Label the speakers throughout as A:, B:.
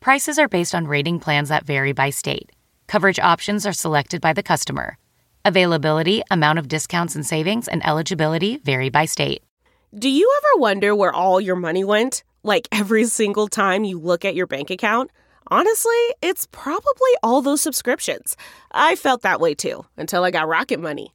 A: Prices are based on rating plans that vary by state. Coverage options are selected by the customer. Availability, amount of discounts and savings, and eligibility vary by state.
B: Do you ever wonder where all your money went? Like every single time you look at your bank account? Honestly, it's probably all those subscriptions. I felt that way too until I got Rocket Money.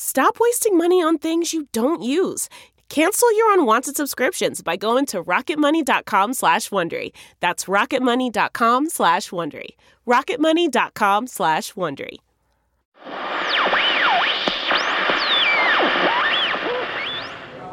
B: Stop wasting money on things you don't use. Cancel your unwanted subscriptions by going to rocketmoney.com slash Wondery. That's rocketmoney.com slash Wondery. rocketmoney.com slash Wondery.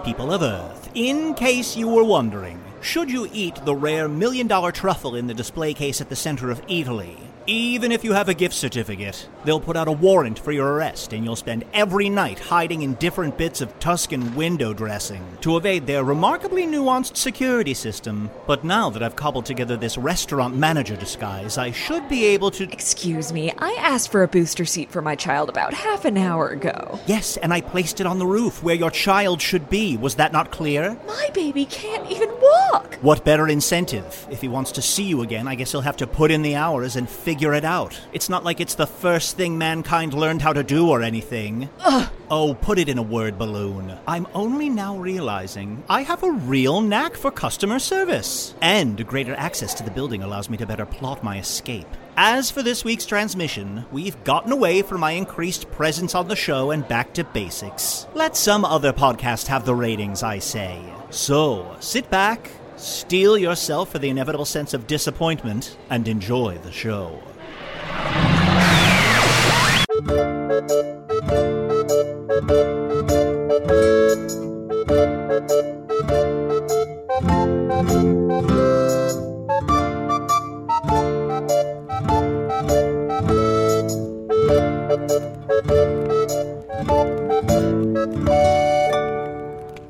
C: People of Earth, in case you were wondering, should you eat the rare million dollar truffle in the display case at the center of Italy? Even if you have a gift certificate, they'll put out a warrant for your arrest, and you'll spend every night hiding in different bits of Tuscan window dressing to evade their remarkably nuanced security system. But now that I've cobbled together this restaurant manager disguise, I should be able to.
D: Excuse me, I asked for a booster seat for my child about half an hour ago.
C: Yes, and I placed it on the roof where your child should be. Was that not clear?
D: My baby can't even walk!
C: What better incentive? If he wants to see you again, I guess he'll have to put in the hours and figure it out. It's not like it's the first thing mankind learned how to do or anything.
D: Ugh.
C: Oh, put it in a word balloon. I'm only now realizing I have a real knack for customer service. And greater access to the building allows me to better plot my escape. As for this week's transmission, we've gotten away from my increased presence on the show and back to basics. Let some other podcast have the ratings, I say. So, sit back, steel yourself for the inevitable sense of disappointment, and enjoy the show.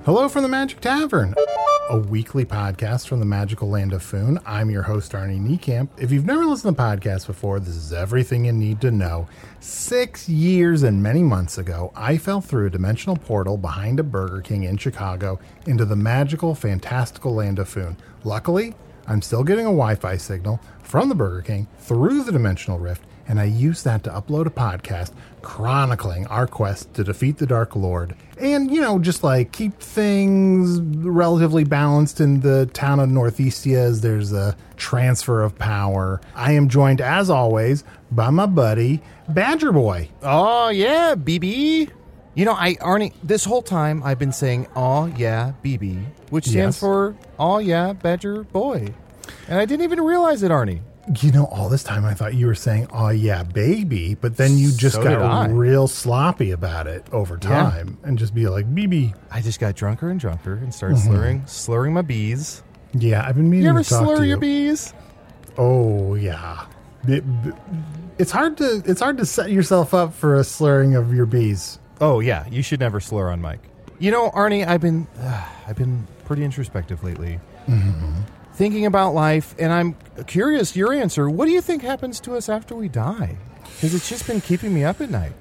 E: Hello from the Magic Tavern, a weekly podcast from the magical land of Foon. I'm your host, Arnie Niekamp. If you've never listened to the podcast before, this is everything you need to know. Six years and many months ago, I fell through a dimensional portal behind a Burger King in Chicago into the magical, fantastical land of Foon. Luckily, I'm still getting a Wi Fi signal from the Burger King through the dimensional rift, and I use that to upload a podcast chronicling our quest to defeat the Dark Lord and, you know, just like keep things relatively balanced in the town of Northeastia as there's a transfer of power. I am joined, as always, by my buddy, Badger Boy.
F: Oh yeah, BB. You know, I Arnie. This whole time I've been saying "Oh yeah, BB," which stands
E: Yes.
F: for "Oh yeah, Badger Boy," and I didn't even realize it, Arnie.
E: You know, all this time I thought you were saying, oh, yeah, baby, but then you just
F: So did I.
E: got real sloppy about it over time and just be like, BB.
F: I just got drunker and drunker and started slurring, slurring my bees.
E: Yeah, I've been meaning
F: You
E: to
F: ever
E: Mm-hmm. talk
F: slur
E: to
F: your
E: you.
F: bees?
E: Oh yeah, B- b- it's hard to it's hard to set yourself up for a slurring of your bees.
F: Oh yeah, you should never slur on Mike. You know, Arnie, I've been, I've been pretty introspective lately,
E: Mm-hmm.
F: thinking about life, and I'm curious your answer. What do you think happens to us after we die? Because it's just been keeping me up at night.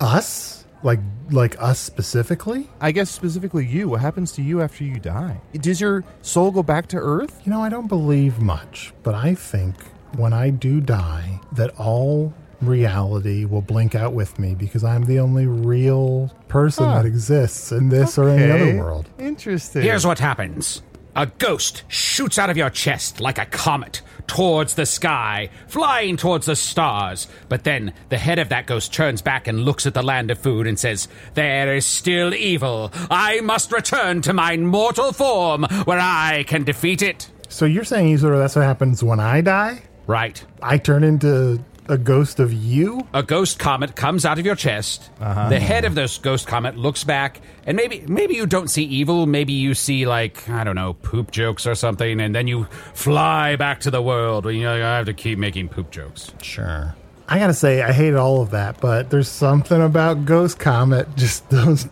E: Us, like like us specifically.
F: I guess specifically you. What happens to you after you die? Does your soul go back to Earth?
E: You know, I don't believe much, but I think when I do die, that all reality will blink out with me because I'm the only real person
F: Huh.
E: that exists in this or any
F: Okay.
E: other world.
F: Interesting.
G: Here's what happens a ghost shoots out of your chest like a comet towards the sky, flying towards the stars. But then the head of that ghost turns back and looks at the land of food and says, There is still evil. I must return to my mortal form where I can defeat it.
E: So you're saying Isidore, that's what happens when I die?
G: Right.
E: I turn into a ghost of you?
G: a ghost comet comes out of your chest. The head of this ghost comet looks back, and maybe maybe you don't see evil. Maybe you see like I don't know poop jokes or something, and then you fly back to the world. You know, I have to keep making poop jokes.
E: Sure. I gotta say, I hate all of that, but there's something about Ghost Comet. Just those,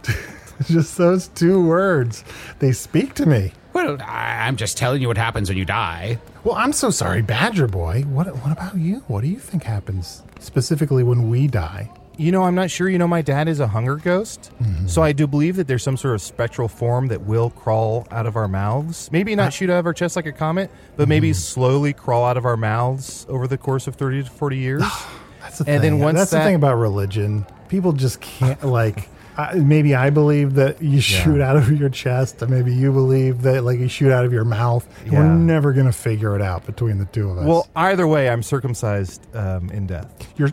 E: just those two words. They speak to me.
G: Well, I, I'm just telling you what happens when you die.
E: Well, I'm so sorry, Badger Boy. What, what about you? What do you think happens specifically when we die?
F: You know, I'm not sure. You know, my dad is a hunger ghost,
E: Mm-hmm.
F: so I do believe that there's some sort of spectral form that will crawl out of our mouths. Maybe not shoot out of our chest like a comet, but maybe
E: Mm-hmm.
F: slowly crawl out of our mouths over the course of 30 to 40 years.
E: That's the
F: And
E: thing.
F: then once
E: That's the
F: that-
E: thing about religion. People just can't like. I, maybe I believe that you shoot out of your chest, and maybe you believe that like you shoot out of your mouth. And We're
F: Yeah.
E: never gonna figure it out between the two of us.
F: well, either way, I'm circumcised um, in death.
E: you're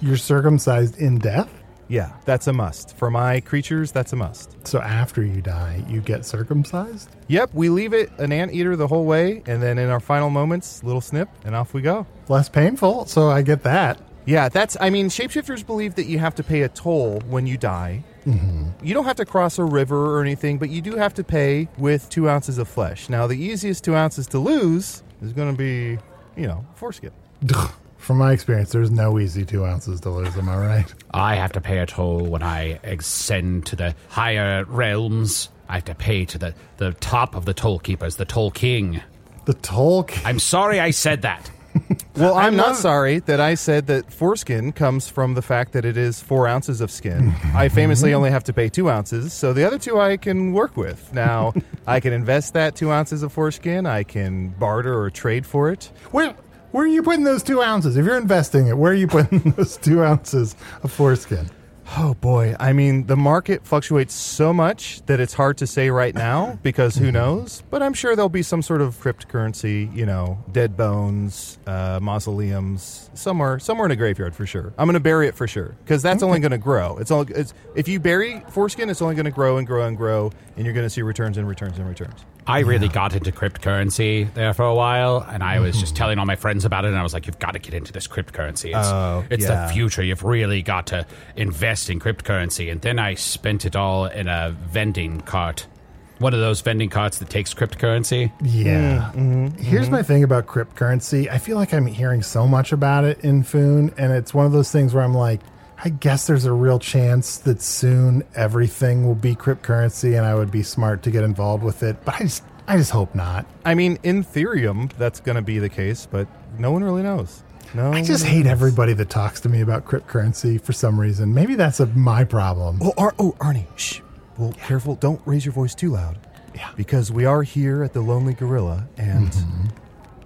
E: you're circumcised in death.
F: Yeah, that's a must. For my creatures, that's a must.
E: So after you die, you get circumcised?
F: Yep, we leave it an anteater the whole way, and then in our final moments, little snip, and off we go.
E: Less painful, so I get that.
F: Yeah, that's. I mean, shapeshifters believe that you have to pay a toll when you die. Mm-hmm. You don't have to cross a river or anything, but you do have to pay with two ounces of flesh. Now, the easiest two ounces to lose is going to be, you know, foreskin.
E: From my experience, there's no easy two ounces to lose, am I right?
G: I have to pay a toll when I ascend to the higher realms. I have to pay to the, the top of the toll keepers, the toll king.
E: The toll ca-
G: I'm sorry I said that.
F: Well, I'm not
E: love-
F: sorry that I said that foreskin comes from the fact that it is four ounces of skin. I famously only have to pay two ounces, so the other two I can work with. Now, I can invest that two ounces of foreskin. I can barter or trade for it.
E: Where where are you putting those two ounces? If you're investing it, where are you putting those two ounces of foreskin?
F: Oh boy, I mean, the market fluctuates so much that it's hard to say right now because
E: Mm-hmm.
F: who knows? But I'm sure there'll be some sort of cryptocurrency, you know, dead bones, uh, mausoleums, somewhere, somewhere in a graveyard for sure. I'm going to bury it for sure because that's only going to grow. It's all it's if you bury foreskin, it's only going to grow and grow and grow, and you're going to see returns and returns and returns.
G: I really got into cryptocurrency there for a while, and I was
F: Mm-hmm.
G: just telling all my friends about it, and I was like, "You've got to get into this cryptocurrency. It's,
F: Oh,
G: it's
F: yeah.
G: the future. You've really got to invest in cryptocurrency." And then I spent it all in a vending cart, one of those vending carts that takes cryptocurrency.
E: Yeah. Here's my thing about cryptocurrency. I feel like I'm hearing so much about it in Foon, and it's one of those things where I'm like, I guess there's a real chance that soon everything will be cryptocurrency, and I would be smart to get involved with it. But I just, I just hope not.
F: I mean, in Ethereum, that's going to be the case, but no one really knows. No,
E: I just hate everybody that talks to me about cryptocurrency for some reason. Maybe that's a, my problem.
F: Oh, Ar- oh, Arnie, shh. Well, careful. Don't raise your voice too loud. Yeah. Because we are here at the Lonely Gorilla, and
E: Mm-hmm.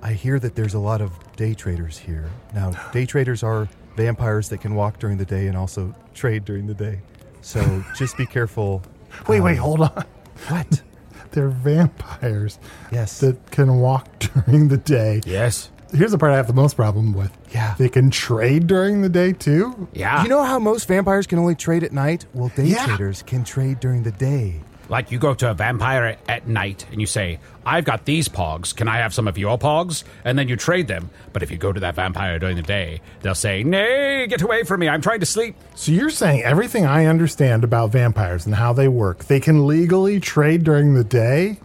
F: I hear that there's a lot of day traders here. Now, day traders are vampires that can walk during the day and also trade during the day. So just be careful. Um,
E: Wait, wait, hold on.
F: What?
E: They're vampires
F: Yes.
E: that can walk during the day.
G: Yes.
E: Here's the part I have the most problem with.
F: Yeah.
E: They can trade during the day too.
G: Yeah.
F: You know how most vampires can only trade at night? Well, day
E: Ah. Yeah.
F: traders can trade during the day.
G: like you go to a vampire at, at night and you say, "I've got these pogs. Can I have some of your pogs?" And then you trade them. But if you go to that vampire during the day, they'll say, "Nay, get away from me. I'm trying to sleep."
E: So you're saying everything I understand about vampires and how they work, they can legally trade during the day?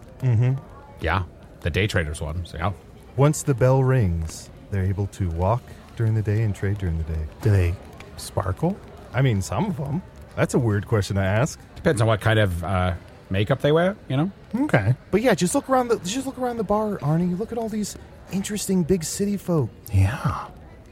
G: Yeah, the day traders one. So yeah.
F: Once the bell rings, they're able to walk during the day and trade during the day.
E: Do they sparkle?
F: I mean, some of them. That's a weird question to ask.
G: Depends on what kind of uh, makeup they wear, you know?
E: Okay.
F: But yeah, just look around the just look around the bar, Arnie. Look at all these interesting big city folk.
E: Yeah.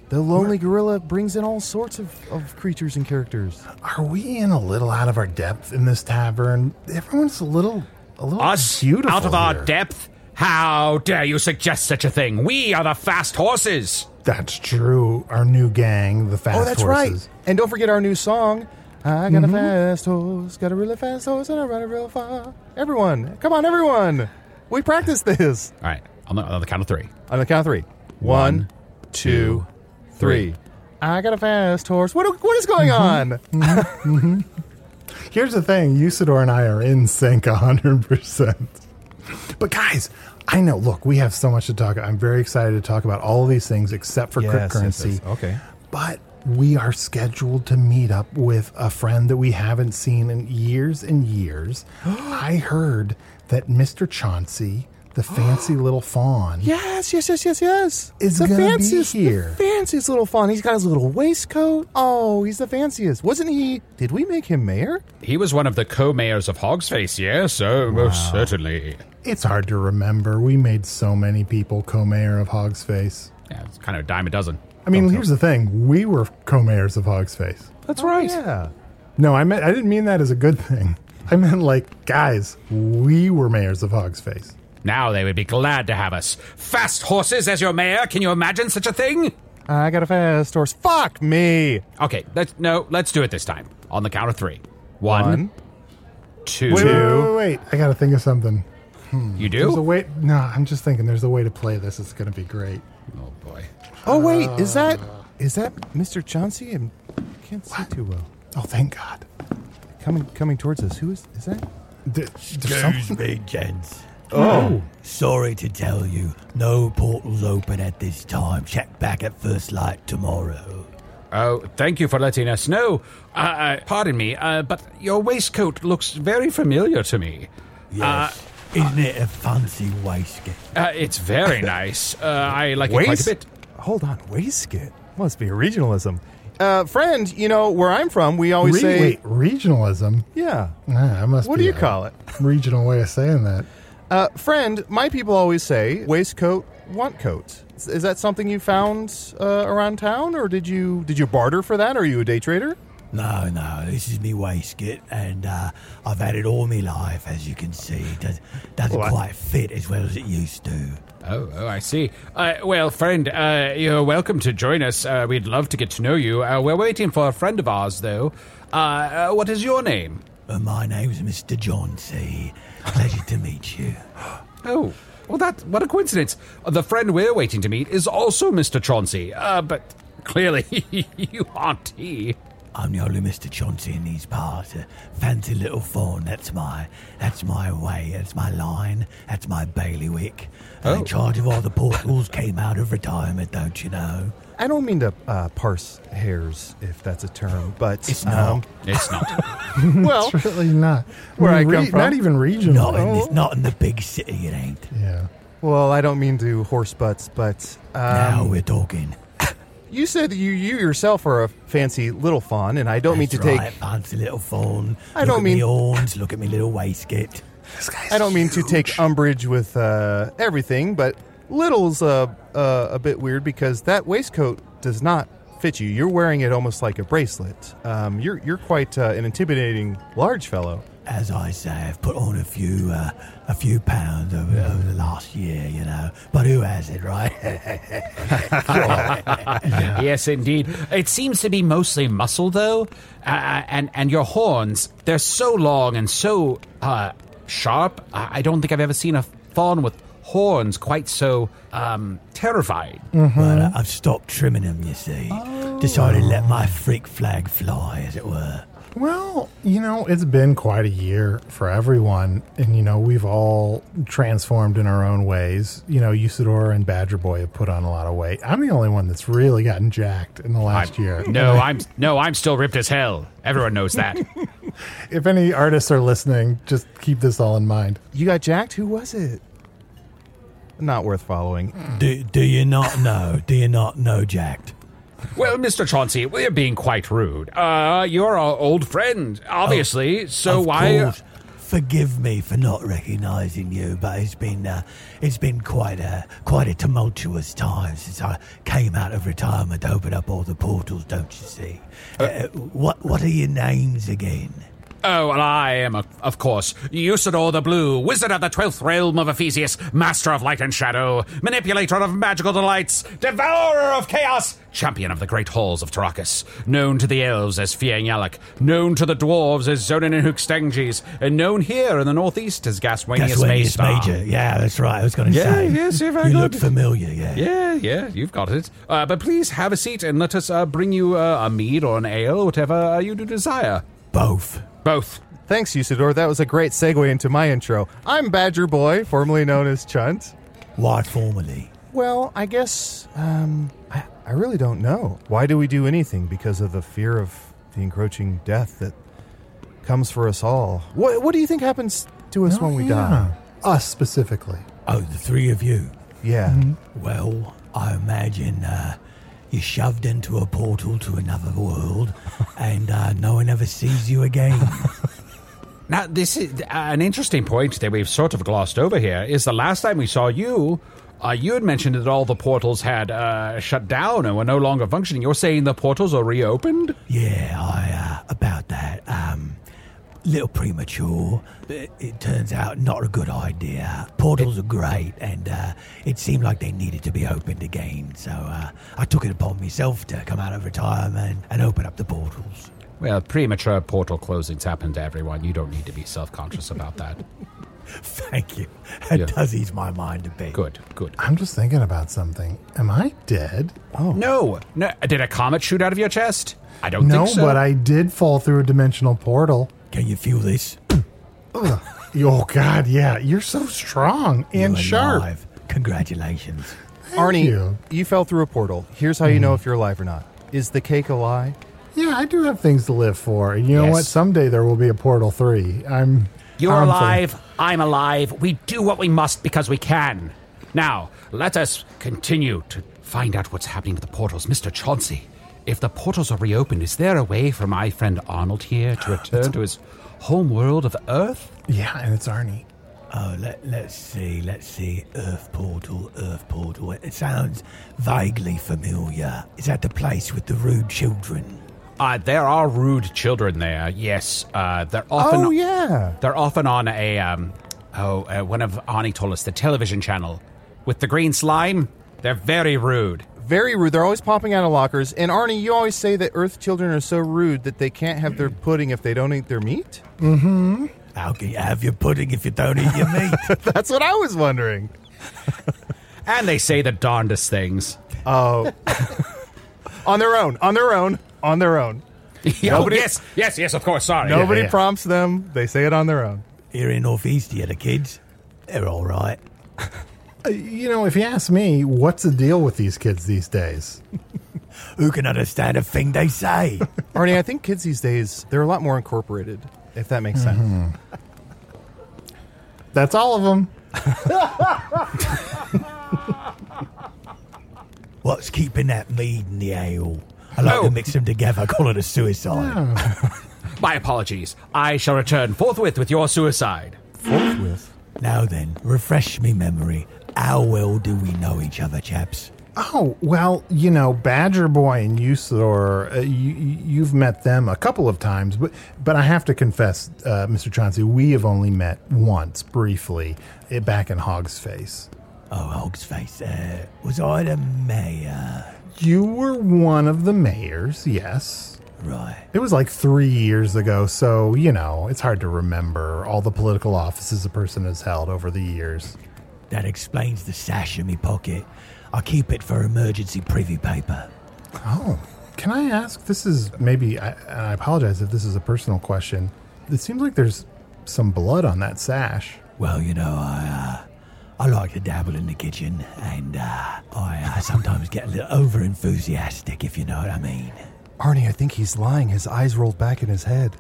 F: The lonely gorilla brings in all sorts of, of creatures and characters.
E: Are we in a little out of our depth in this tavern? Everyone's a little a little
G: Us
E: beautiful
G: out of our
E: here.
G: depth? How dare you suggest such a thing? We are the fast horses.
E: That's true. Our new gang, the Fast
F: oh, that's
E: Horses.
F: right. And Mm-hmm. don't forget our new song. I got a fast horse, got a really fast horse, and I ride it real far. Everyone, come on, everyone! We practiced this.
G: All right, on the, on the count of three.
F: On the count of three. One, two, three. I got a fast horse. What, what is going on?
E: Here's the thing Usador and I are in sync 100%. But guys, I know, look, we have so much to talk I'm very excited to talk about all of these things except for
F: Yes, Oh, yes,
E: cryptocurrency.
F: yes. Okay.
E: But we are scheduled to meet up with a friend that we haven't seen in years and years. I heard that Mr. Chauncey, the fancy little fawn,
F: Yes, yes, yes, yes, yes.
E: It's
F: the
E: gonna be
F: fanciest, the
E: here.
F: fanciest little fawn. He's got his little waistcoat. Oh, he's the fanciest. Wasn't he? Did we make him mayor?
G: He was one of the co-mayors of Hogsface, yes? Oh, most certainly.
E: it's hard to remember. We made so many people co mayor of Hog's Face.
G: Yeah, it's kind of a dime a dozen.
E: I mean, here's the thing we were co mayors of Hog's Face. Oh,
F: That's right. Yeah.
E: No, I meant I didn't mean that as a good thing. I meant like, guys, we were mayors of Hog's Face.
G: Now they would be glad to have us. Fast horses as your mayor? Can you imagine such a thing?
F: I got a fast horse. Fuck me.
G: Okay, let's no, let's do it this time. On the count of three. One,
F: One.
G: two.
E: Wait, wait, wait, wait, wait. I gotta think of something.
G: You
E: There's a
G: do?
E: way no, I'm just thinking there's a way to play this. It's gonna be great.
G: oh boy.
F: Oh wait, is that
G: Uh.
F: is that Mr. Chauncey? I can't see too well.
E: Oh thank God.
F: Coming coming towards us. Who is is that?
E: There- there's some-
H: Excuse me, gents. Oh. Sorry to tell you, no portals open at this time. Check back at first light tomorrow.
G: Oh, thank you for letting us know. Uh, uh, pardon me, uh, but your waistcoat looks very familiar to me.
H: Yes. Isn't it a fancy waistcoat?
G: Uh, it's very nice. Uh, I like it quite a
F: Waist-
G: bit.
F: Hold on, waistcoat. Must be regionalism. Uh, friend, you know where I'm from. We always
E: Re-
F: say,
E: wait, regionalism.
F: yeah.
E: Nah, I must
F: What
E: be
F: do you
E: a
F: call it?
E: Regional way of saying that.
F: Uh, friend, my people always say waistcoat, want coat. Is- Is that something you found uh, around town, or did you did you barter for that? Are you a day trader?
H: No, no, this is me waistcoat, and uh, I've had it all my life, as you can see. It does, doesn't quite fit as well as it used to.
G: Oh, oh, I see. Uh, well, friend, uh, you're welcome to join us. Uh, we'd love to get to know you. Uh, we're waiting for a friend of ours, though. Uh, uh, what is your name?
H: Uh, my name's Mr. John C. Pleasure to meet you.
G: Oh, well, that what a coincidence. Uh, The friend we're waiting to meet is also Mr. Chauncey, uh, but clearly you aren't he.
H: I'm the only Mr. Chauncey in these parts. A fancy little fawn. That's my, that's my way. That's my line. That's my bailiwick. I'm
F: Oh.
H: in charge of all the portals. Came out of retirement, don't you know?
F: I don't mean to uh, parse hairs, if that's a term, but um,
H: It's not.
G: It's not.
F: well,
E: It's really not.
F: Where I come from?
E: Not even regional.
H: Not in this, not in the big city. It ain't.
E: Yeah.
F: well, I don't mean to horse butts, but um,
H: now we're talking.
F: you said that you you yourself are a fancy little fawn, and I don't mean to
H: That's right,
F: take
H: fancy little fawn.
F: I
H: look
F: don't
H: at
F: mean-
H: me horns. Look at me little waistcoat.
F: I don't mean to take umbrage with uh, everything, but little's uh, uh, a bit weird because that waistcoat does not fit you. You're wearing it almost like a bracelet. Um, you're you're quite uh, an intimidating large fellow.
H: As I say, I've put on a few, uh, a few pounds over, over the last year, you know. But who has it, right?
G: yes, indeed. It seems to be mostly muscle, though, uh, and and your horns—they're so long and so uh, sharp. I I don't think I've ever seen a fawn with horns quite so um, terrified.
H: But uh, I've stopped trimming them, you see. Decided to let my freak flag fly, as it were.
E: Well, you know, it's been quite a year for everyone, and you know, we've all transformed in our own ways. You know, Usador and Badger Boy have put on a lot of weight. I'm the only one that's really gotten jacked in the last year.
G: No, I'm no, I'm still ripped as hell. Everyone knows that.
E: If any artists are listening, just keep this all in mind.
F: You got jacked? Who was it? Not worth following.
H: Do, do you not know? do you not know, Jacked?
G: Well, Mr. Chauncey, we're being quite rude. Uh, you're our old friend, obviously. so
H: Of
G: why? uh,
H: course. Forgive me for not recognising you, but it's been uh, it's been quite a quite a tumultuous time since I came out of retirement, Uh, opened up all the portals, don't you see? Uh, what what are your names again?
G: Uh, Oh, and I am, of- of course, Usador the Blue, wizard of the twelfth realm of Ephesius, master of light and shadow, manipulator of magical delights, devourer of chaos, champion of the great halls of Tarakas, known to the elves as Fian Yalak, known to the dwarves as Zonin and Hookstanges, and known here in the northeast as Gaswanius
H: Gaswanius
G: Maystar.
H: Major. Yeah, that's right. I was going to
G: Yeah,
H: say.
G: yes, yeah, very
H: You
G: good.
H: look familiar, yeah.
G: Yeah, yeah, you've got it. Uh, but please have a seat and let us uh, bring you uh, a mead or an ale, whatever uh, you do desire.
H: Both.
G: Both.
F: Thanks, Usador. That was a great segue into my intro. I'm Badger Boy, formerly known as Chunt.
H: Why formally?
F: Well, I guess um, I, I really don't know. Why do we do anything? Because of the fear of the encroaching death that comes for us all. What, what do you think happens to us when we die?
E: Us specifically. Mm-hmm.
H: Oh, the three of you.
F: Yeah.
H: Well, I imagine uh, you're shoved into a portal to another world, and uh, no one ever sees you again.
G: Now, this is uh, an interesting point that we've sort of glossed over here. Is the last time we saw you, uh, you had mentioned that all the portals had uh, shut down and were no longer functioning. You're saying the portals are reopened?
H: yeah, I uh, about that. Um, little premature. It, it turns out not a good idea. Portals are great, and uh, it seemed like they needed to be opened again. So uh, I took it upon myself to come out of retirement and open up the portals.
G: Well, premature portal closings happen to everyone. You don't need to be self conscious about that.
H: Thank you. It
G: Yeah.
H: does ease my mind a bit.
G: Good, good.
E: I'm just thinking about something. Am I dead? Oh.
G: No, no. Did a comet shoot out of your chest? I don't
E: No,
G: think so.
E: but I did fall through a dimensional portal.
H: Can you feel this?
E: Oh, God, yeah. You're so strong and
H: You're
E: sharp.
H: alive. Congratulations.
F: Arnie,
E: you. Hmm.
F: you. fell through a portal. Here's how you know if you're alive or not. Is the cake a lie?
E: Yeah, I do have things to live for. And you know
G: Yes.
E: what? Someday there will be a Portal 3. I'm.
G: You're
E: harmful.
G: alive, I'm alive. We do what we must because we can. Now, let us continue to find out what's happening with the portals. Mr. Chauncey, if the portals are reopened, is there a way for my friend Arnold here to return to his home world of Earth?
E: Yeah, and it's Arnie.
H: Oh, let, let's see, let's see. Earth portal, Earth portal. It sounds vaguely familiar. Is that the place with the rude children?
G: Uh, there are rude children there, yes. Uh, they're often.
F: Oh, yeah.
G: They're often on a. Um, oh, uh, one of Arnie told us, the television channel. With the green slime, they're very rude.
F: Very rude. They're always popping out of lockers. And Arnie, you always say that Earth children are so rude that they can't have their pudding if they don't eat their meat?
H: How can you have your pudding if you don't eat your meat?
F: That's what I was wondering.
G: And they say the darndest things.
F: On their own, on their own, on their own.
G: Nobody, yes, yes, yes, of course, sorry.
F: Nobody
E: yeah.
F: prompts them. They say it on their own.
H: Here in Northeast, here, the kids, they're all right.
E: Uh, You know, if you ask me, what's the deal with these kids these days?
H: Who can understand a thing they say?
F: Arnie, I think kids these days, they're a lot more incorporated, if that makes
E: Mm-hmm.
F: sense.
E: That's all of them.
H: What's keeping that mead and the ale? I like
G: Oh.
H: to mix them together. I call it a suicide.
E: Oh.
G: My apologies. I shall return forthwith with your suicide.
F: Forthwith.
H: Now then, refresh me memory. How well do we know each other, chaps?
E: Oh, well, you know, Badger Boy and Usador, uh, you, you've met them a couple of times, but but I have to confess, uh, Mr. Chauncey, we have only met once briefly eh, back in Hog's Face.
H: Oh, Hog's face. Uh, was I the mayor?
E: You were one of the mayors, yes.
H: Right.
E: It was like three years ago, so, you know, it's hard to remember all the political offices a person has held over the years.
H: That explains the sash in me pocket. I keep it for emergency privy paper.
E: Oh, can I ask? This is maybe, I, and I apologize if this is a personal question. It seems like there's some blood on that sash.
H: Well, you know, I uh, I like to dabble in the kitchen, and uh, I uh, sometimes get a little over enthusiastic, if you know what I mean.
F: Arnie, I think he's lying. His eyes rolled back in his head.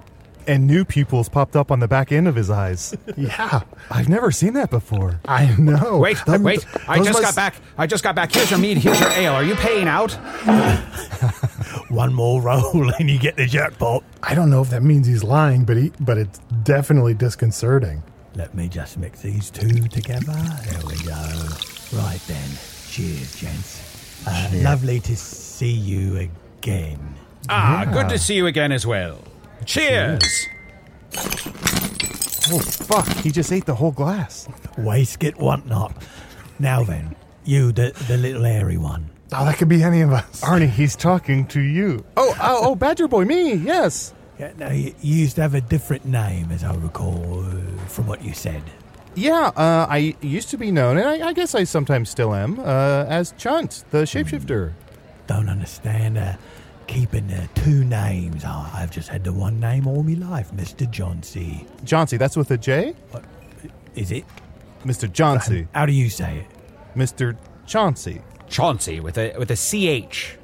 F: And new pupils popped up on the back end of his eyes.
E: Yeah,
F: I've never seen that before.
E: I know.
G: Wait,
E: Them-
G: wait. I
E: those
G: just
E: must-
G: got back. I just got back. Here's your mead. Here's your ale. Are you paying out?
H: One more roll, and you get the jackpot.
E: I don't know if that means he's lying, but he, but it's definitely disconcerting.
H: Let me just mix these two together. There we go. Right then. Cheers, gents. Uh, lovely to see you again.
G: Ah, good to see you again as well. Cheers.
F: Oh, fuck. He just ate the whole glass.
H: Waistcoat, whatnot. Now then, you, the, the little hairy one.
E: Oh, that could be any of us.
F: Arnie, he's talking to you. Oh, oh, oh, Badger Boy, me, yes.
H: Yeah, now, you, you used to have a different name, as I recall, uh, from what you said.
F: Yeah, uh, I used to be known, and I, I guess I sometimes still am, uh, as Chunt, the shapeshifter.
H: Don't understand uh, keeping uh, two names. I I've just had the one name all my life, Mr. Johnsey.
F: Chauncey, that's with a J?
H: What is it?
F: Mr. Chauncey.
H: How do you say it?
F: Mr. Chauncey.
G: Chauncey with a with a ch.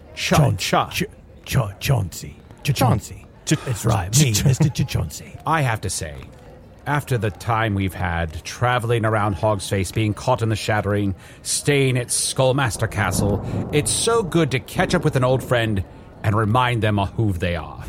H: Chaun-
G: Chun cha.
H: Ch- Cha- Chauncey. Ch- Chauncey. That's right, me, Mr. Ch- Chauncey.
G: I have to say, after the time we've had traveling around Hog's Face, being caught in the shattering, staying at Skullmaster Castle, it's so good to catch up with an old friend and remind them of who they are.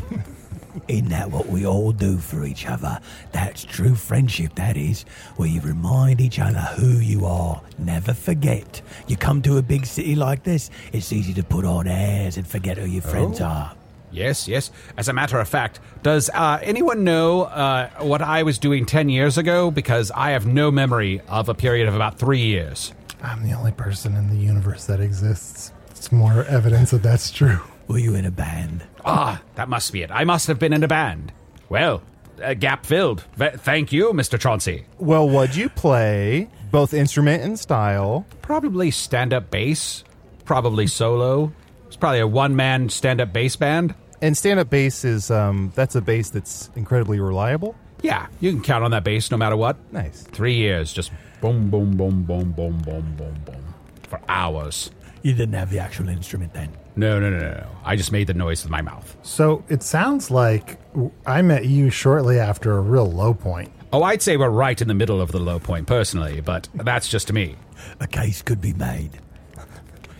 H: Isn't that what we all do for each other? That's true friendship, that is, where you remind each other who you are. Never forget. You come to a big city like this, it's easy to put on airs and forget who your friends are.
G: Yes, yes. As a matter of fact, does uh, anyone know uh, what I was doing 10 years ago? Because I have no memory of a period of about three years.
E: I'm the only person in the universe that exists. It's more evidence that that's true.
H: Were you in a band?
G: Ah, that must be it. I must have been in a band. Well, a gap filled. Th- thank you, Mr. Chauncey.
F: Well, what'd you play? Both instrument and style.
G: Probably stand up bass, probably solo. It's probably a one man stand up bass band.
F: And stand up bass is, um, that's a bass that's incredibly reliable.
G: Yeah, you can count on that bass no matter what.
F: Nice.
G: Three years, just boom, boom, boom, boom, boom, boom, boom, boom. For hours.
H: You didn't have the actual instrument then.
G: No, no, no, no, no. I just made the noise with my mouth.
E: So it sounds like w- I met you shortly after a real low point.
G: Oh, I'd say we're right in the middle of the low point personally, but that's just me.
H: A case could be made.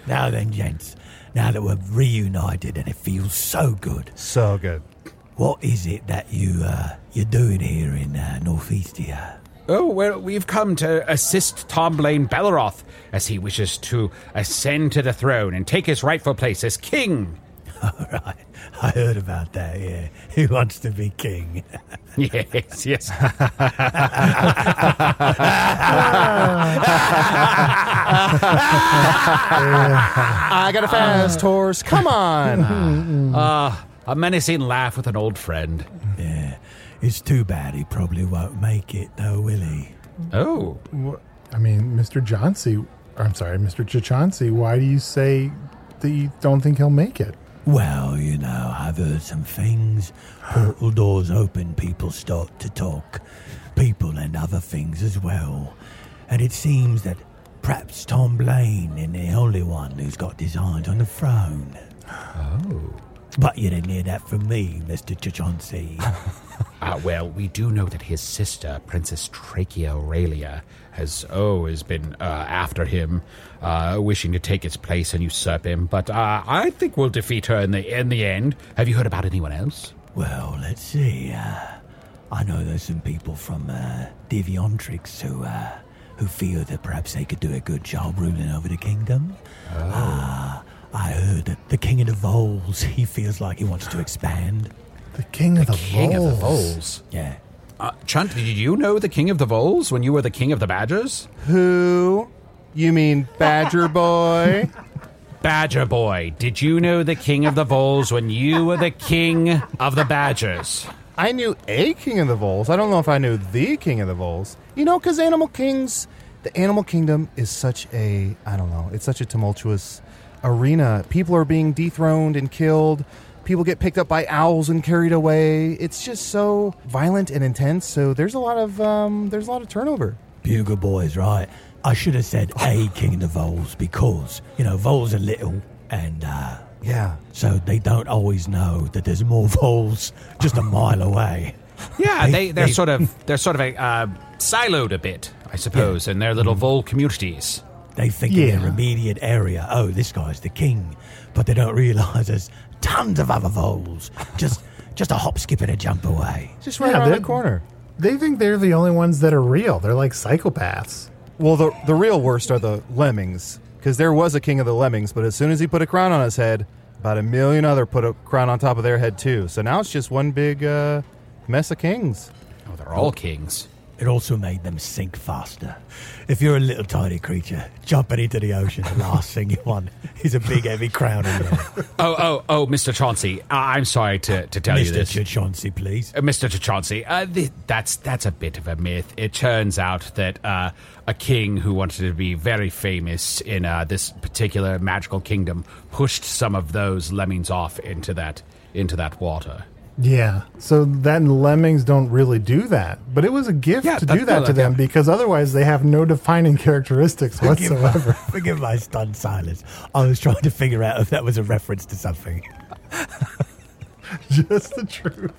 H: Now then, gents, now that we're reunited and it feels so good,
F: So good.
H: what is it that you, uh, you're doing here in uh, Northeast here?
G: Oh, well, we've come to assist Tom Blaine Belleroth as he wishes to ascend to the throne and take his rightful place as king.
H: All right, I heard about that, yeah. Who wants to be king?
G: Yes, yes.
F: I got a fast horse. Come on.
G: Ah, A menacing laugh with an old friend.
H: Yeah, it's too bad he probably won't make it, though, will he?
G: Oh,
E: Wh- I mean, Mr. Chauncey, I'm sorry, Mr. Chauncey, why do you say that you don't think he'll make it?
H: Well, you know, I've heard some things. Portal doors open, people start to talk. People and other things as well. And it seems that perhaps Tom Blaine is the only one who's got designs on the throne. Oh. But you didn't hear that from me, Mr. Chauncey.
G: ah, well, we do know that his sister, Princess Trachea Aurelia, has always been uh, after him, uh, wishing to take his place and usurp him. But uh, I think we'll defeat her in the in the end. Have you heard about anyone else?
H: Well, let's see. Uh, I know there's some people from uh, Diviontrix who uh, who feel that perhaps they could do a good job ruling over the kingdom. Ah, I heard that the King of the Voles he feels like he wants to expand.
E: The king of the,
G: King of the
E: Voles.
G: Voles.
H: Yeah.
G: Uh, Chunt, did you know the King of the Voles when you were the King of the Badgers?
F: Who? You mean Badger Boy?
G: Badger boy, did you know the King of the Voles when you were the King of the Badgers?
F: I knew a King of the Voles. I don't know if I knew the King of the Voles. You know, because Animal Kings, the Animal Kingdom is such a, I don't know, it's such a tumultuous arena. People are being dethroned and killed. People get picked up by owls and carried away. It's just so violent and intense. So there's a lot of um, there's a lot of turnover.
H: Bugle boys, right? I should have said a King of the Voles because you know Voles are little and. Uh,
F: Yeah.
H: so they don't always know that there's more voles just a mile away.
G: Yeah, they, they're
H: they-
G: sort of they're sort of a, uh, siloed a bit, I suppose, in their little Vole communities.
H: They think in
E: Yeah.
H: their immediate area, oh, this guy's the king, but they don't realise there's tons of other voles, just just a hop, skip, and a jump away.
F: Just right
E: Yeah,
F: around the
E: they're-
F: corner.
E: They think they're the only ones that are real. They're like psychopaths.
F: Well, the the real worst are the lemmings, because there was a king of the lemmings, but as soon as he put a crown on his head, about a million other put a crown on top of their head too. So now it's just one big uh, mess of kings.
G: Oh, they're all kings.
H: It also made them sink faster. If you're a little tiny creature, jumping into the ocean, the last thing you want is a big heavy crown on you.
G: Oh, oh, oh, Mr. Chauncey, I- I'm sorry to, to tell you
H: Mr.
G: this.
H: Ch- Chauncey, please.
G: Uh, Mr. Chauncey, uh, th- that's that's a bit of a myth. It turns out that uh, a king who wanted to be very famous in uh, this particular magical kingdom pushed some of those lemmings off into that into that water.
E: Yeah. So then lemmings don't really do that, but it was a gift
G: Yeah,
E: to
G: that-
E: do that
G: no,
E: to
G: that-
E: them because otherwise they have no defining characteristics
H: Forgive my-
E: whatsoever.
H: forgive my stunned silence. I was trying to figure out if that was a reference to something.
E: Just the truth.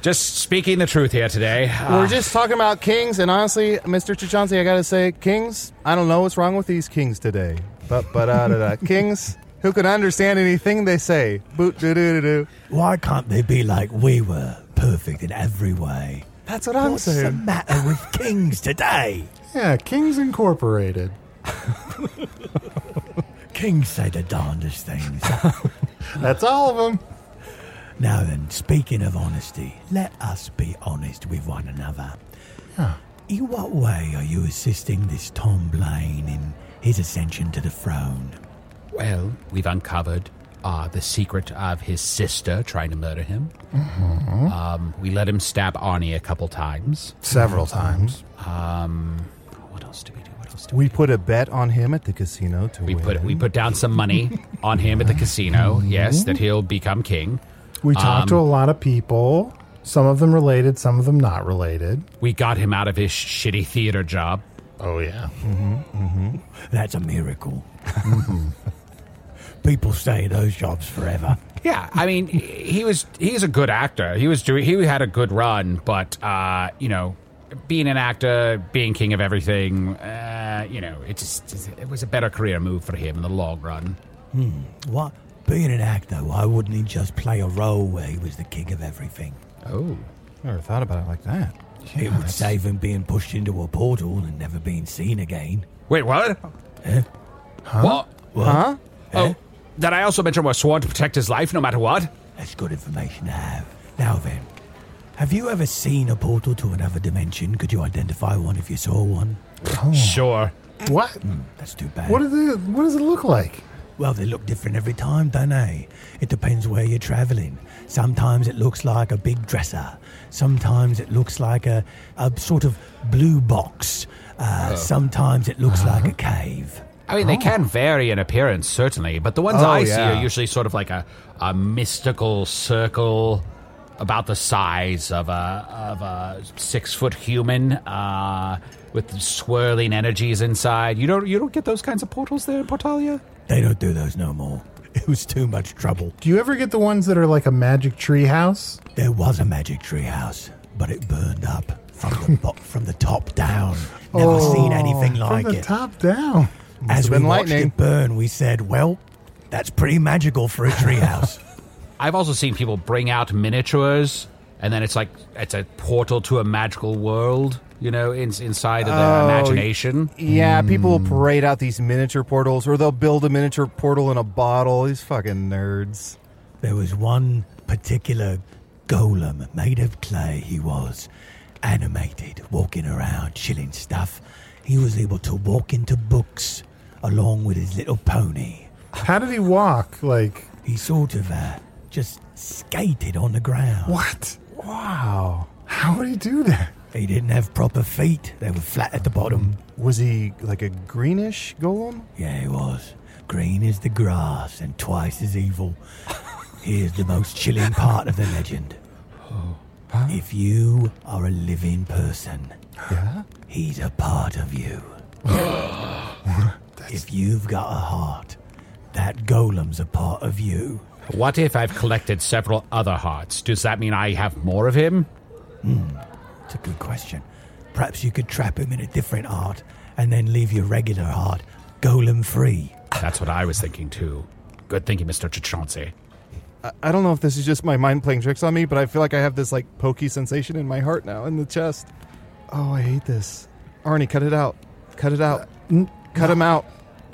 G: Just speaking the truth here today. Uh,
F: We're just talking about kings, and honestly, Mr. Chichansi, I gotta say, kings, I don't know what's wrong with these kings today. But but uh, da, da. kings who can understand anything they say. Boot doo doo doo doo.
H: Why can't they be like we were, perfect in every way?
F: That's what I'm
H: What's the
F: saying.
H: matter with kings today?
E: Yeah, Kings Incorporated.
H: Kings say the darndest things.
E: That's all of them.
H: now then, speaking of honesty, let us be honest with one another. In what way are you assisting this Tom Blaine in his ascension to the throne?
G: well, we've uncovered uh, the secret of his sister trying to murder him. Um, we let him stab Arnie a couple times.
E: Several times.
G: Um, what else do we do? What else do we?
F: We put a bet on him at the casino to
G: We
F: win.
G: put we put down some money on him at the casino. Yes, that he'll become king.
E: We talked to a
F: Um,
E: lot of people, some of them related, some of them not related.
G: We got him out of his shitty theater job.
E: Oh, yeah.
H: That's a miracle. People stay in those jobs forever.
G: Yeah, I mean, he was he's a good actor. He was doing he had a good run, but uh, you know, being an actor, being king of everything, uh, you know, it just it was a better career move for him in the long run.
H: What? Being an actor, why wouldn't he just play a role where he was the king of everything?
G: Oh,
F: Never thought about it like that.
H: it would save him being pushed into a portal and never being seen again.
G: wait, what? What?
F: Huh?
G: Oh, that I also mentioned was sworn to protect his life no matter what.
H: That's good information to have. Now then, have you ever seen a portal to another dimension? Could you identify one if you saw one?
G: Sure.
E: What?
H: That's too bad.
E: What, are they, what does it look like?
H: Well, they look different every time, don't they? It depends where you're travelling. Sometimes it looks like a big dresser. Sometimes it looks like a, a sort of blue box. Uh, Sometimes it looks like a
E: Uh-huh.
H: cave.
G: I mean, they can vary in appearance, certainly, but the ones
F: Oh,
G: I see
F: yeah.
G: are usually sort of like a, a mystical circle about the size of a, of a six foot human uh, with swirling energies inside. You don't, you don't get those kinds of portals there in Portalia?
H: They don't do those no more. It was too much trouble.
E: Do you ever get the ones that are like a magic tree house?
H: There was a magic tree house, but it burned up from the, bo- from the top down. Never seen anything like
E: From the
H: it.
E: top down.
H: As
F: have
H: we
F: been
H: watched
F: lightning.
H: it burn, we said, well, that's pretty magical for a tree house.
G: I've also seen people bring out miniatures, and then it's like it's a portal to a magical world, you know, in, inside of their
F: Oh,
G: imagination.
F: Yeah, people
E: Hmm.
F: will parade out these miniature portals, or they'll build a miniature portal in a bottle. These fucking nerds.
H: There was one particular golem made of clay, he was animated, walking around, chilling stuff. He was able to walk into books along with his little pony.
E: How did he walk? Like,
H: He sort of uh, just skated on the ground.
E: what?
F: Wow.
E: How would he do that?
H: He didn't have proper feet, they were flat at the bottom.
F: Was he like a greenish golem?
H: Yeah, he was. Green as the grass and twice as evil. Here's the most chilling part of the legend. If you are a living person, he's a part of you. if you've got a heart, that golem's a part of you.
G: What if I've collected several other hearts? Does that mean I have more of him?
H: It's a good question. Perhaps you could trap him in a different heart and then leave your regular heart golem free.
G: That's what I was thinking too. Good thinking, Mr. Chichonce.
F: I don't know if this is just my mind playing tricks on me, but I feel like I have this like pokey sensation in my heart now, in the chest. Oh, I hate this. Arnie, cut it out. Cut it out. cut him out.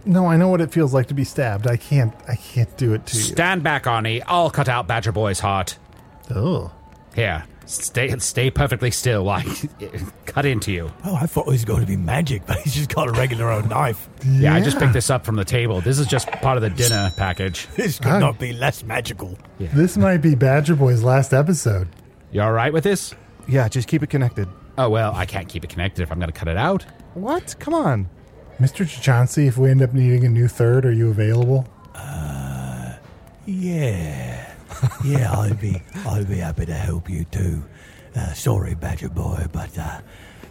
E: No, I know what it feels like to be stabbed. I can't. I can't do it to you.
G: Stand back, Arnie. I'll cut out Badger Boy's heart.
E: Oh,
G: Here, stay stay perfectly still while I cut into you.
H: Oh, I thought it was going to be magic, but he's just got a regular old knife.
G: Yeah. I just picked this up from the table. This is just part of the dinner package.
H: This could not be less magical.
E: This might be Badger Boy's last episode.
G: You all right with this?
F: Yeah, just keep it connected.
G: Oh well, I can't keep it connected if I'm going to cut it out.
F: What? Come on.
E: Mr. Chauncey, if we end up needing a new third, are you available?
H: Yeah, yeah, I'd be, I'd be happy to help you too. Uh, sorry, Badger boy, but uh,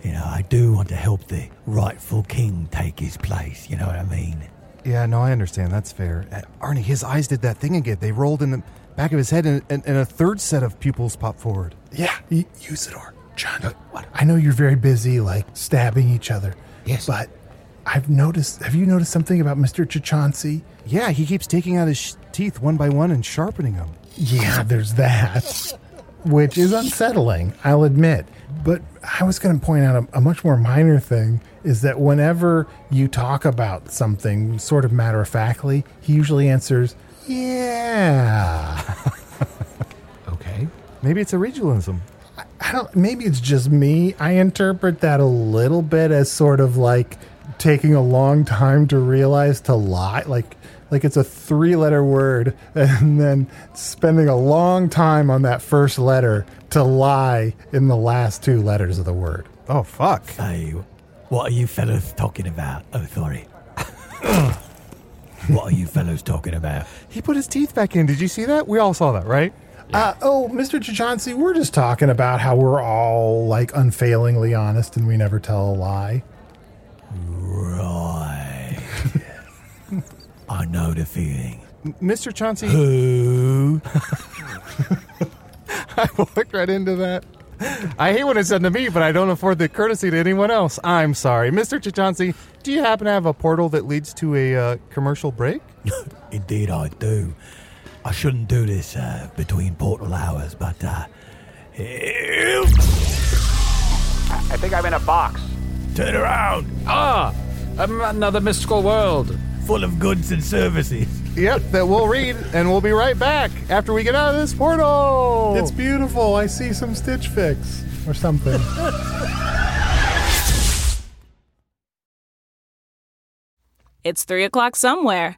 H: you know I do want to help the rightful king take his place. You know what I mean?
F: Yeah, no, I understand. That's fair. Uh, Arnie, his eyes did that thing again. They rolled in the back of his head, and, and, and a third set of pupils popped forward.
E: Yeah, y- use it or John. What? I know you're very busy, like stabbing each other.
G: Yes.
E: But I've noticed. Have you noticed something about Mr. Chauncey?
F: Yeah, he keeps taking out his sh- teeth one by one and sharpening them.
E: Yeah, there's that, which is unsettling, I'll admit. But I was going to point out a, a much more minor thing is that whenever you talk about something sort of matter of factly, he usually answers, yeah.
G: Okay.
F: Maybe it's a regionalism.
E: I don't, maybe it's just me. I interpret that a little bit as sort of like taking a long time to realize to lie. Like, like it's a three letter word and then spending a long time on that first letter to lie in the last two letters of the word.
F: Oh, fuck.
H: Hey, what are you fellows talking about? Oh, sorry. what are you fellows talking about?
F: He put his teeth back in. Did you see that? We all saw that, right?
E: Uh, oh, Mr. Chauncey, we're just talking about how we're all like unfailingly honest and we never tell a lie.
H: Right. I know the feeling.
F: M- Mr. Chauncey.
H: Ooh.
F: I walked right into that. I hate when it's done to me, but I don't afford the courtesy to anyone else. I'm sorry. Mr. Chichansi, do you happen to have a portal that leads to a uh, commercial break?
H: Indeed, I do. I shouldn't do this uh, between portal hours, but uh, ew.
I: I think I'm in a box.
H: turn around,
G: Ah, um, another mystical world.
H: full of goods and services.
F: Yep, that we'll read, and we'll be right back after we get out of this portal.
E: It's beautiful. I see some Stitch Fix or something.
J: It's three o'clock somewhere.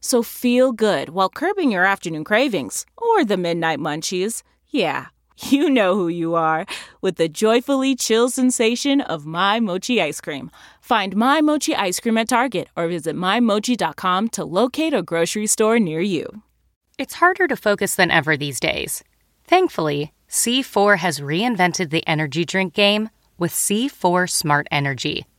J: So feel good while curbing your afternoon cravings or the midnight munchies. Yeah, you know who you are with the joyfully chill sensation of My Mochi ice cream. Find My Mochi ice cream at Target or visit MyMochi.com to locate a grocery store near you.
A: It's harder to focus than ever these days. Thankfully, C4 has reinvented the energy drink game with C4 Smart Energy,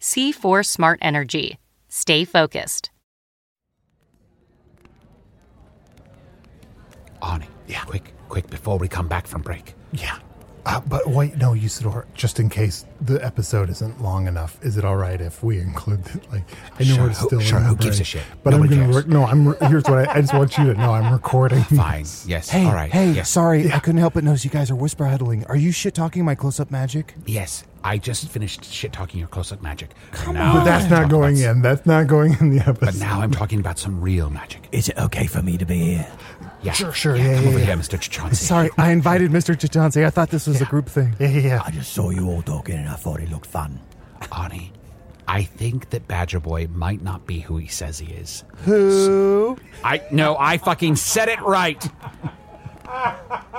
A: C4 Smart Energy. Stay focused.
G: Arnie, yeah, quick, quick before we come back from break.
E: yeah. Uh, but wait, no, Usador, just in case the episode isn't long enough, is it all right if we include it? Like, I know
G: Sure,
E: we're
G: who-
E: still
G: sure, who
E: remembering,
G: gives a shit?
E: But
G: Nobody
E: I'm gonna,
G: cares.
E: re- no, I'm, re- here's what I, I just want you to know I'm recording.
G: Fine. Yes.
F: Hey,
G: all right.
F: hey,
G: yes.
F: sorry, I couldn't help but notice you guys are whisper huddling. Are you shit talking my close up magic?
G: Yes. I just finished shit talking your close up magic. Come
E: But that's not going in. That's not going in the episode.
G: But now I'm talking about some real magic.
H: Is it okay for me to be here?
G: Yeah.
E: Sure, sure, yeah,
G: come
E: yeah,
G: over
E: yeah.
G: here, Mr. Chichansi.
F: Sorry, I invited Mr. Chichansi. I thought this was a group thing.
E: yeah, yeah, yeah.
H: I just saw you all talking and I thought it looked fun.
G: Arnie, I think that Badger Boy might not be who he says he is.
F: Who?
G: I no, I fucking said it right.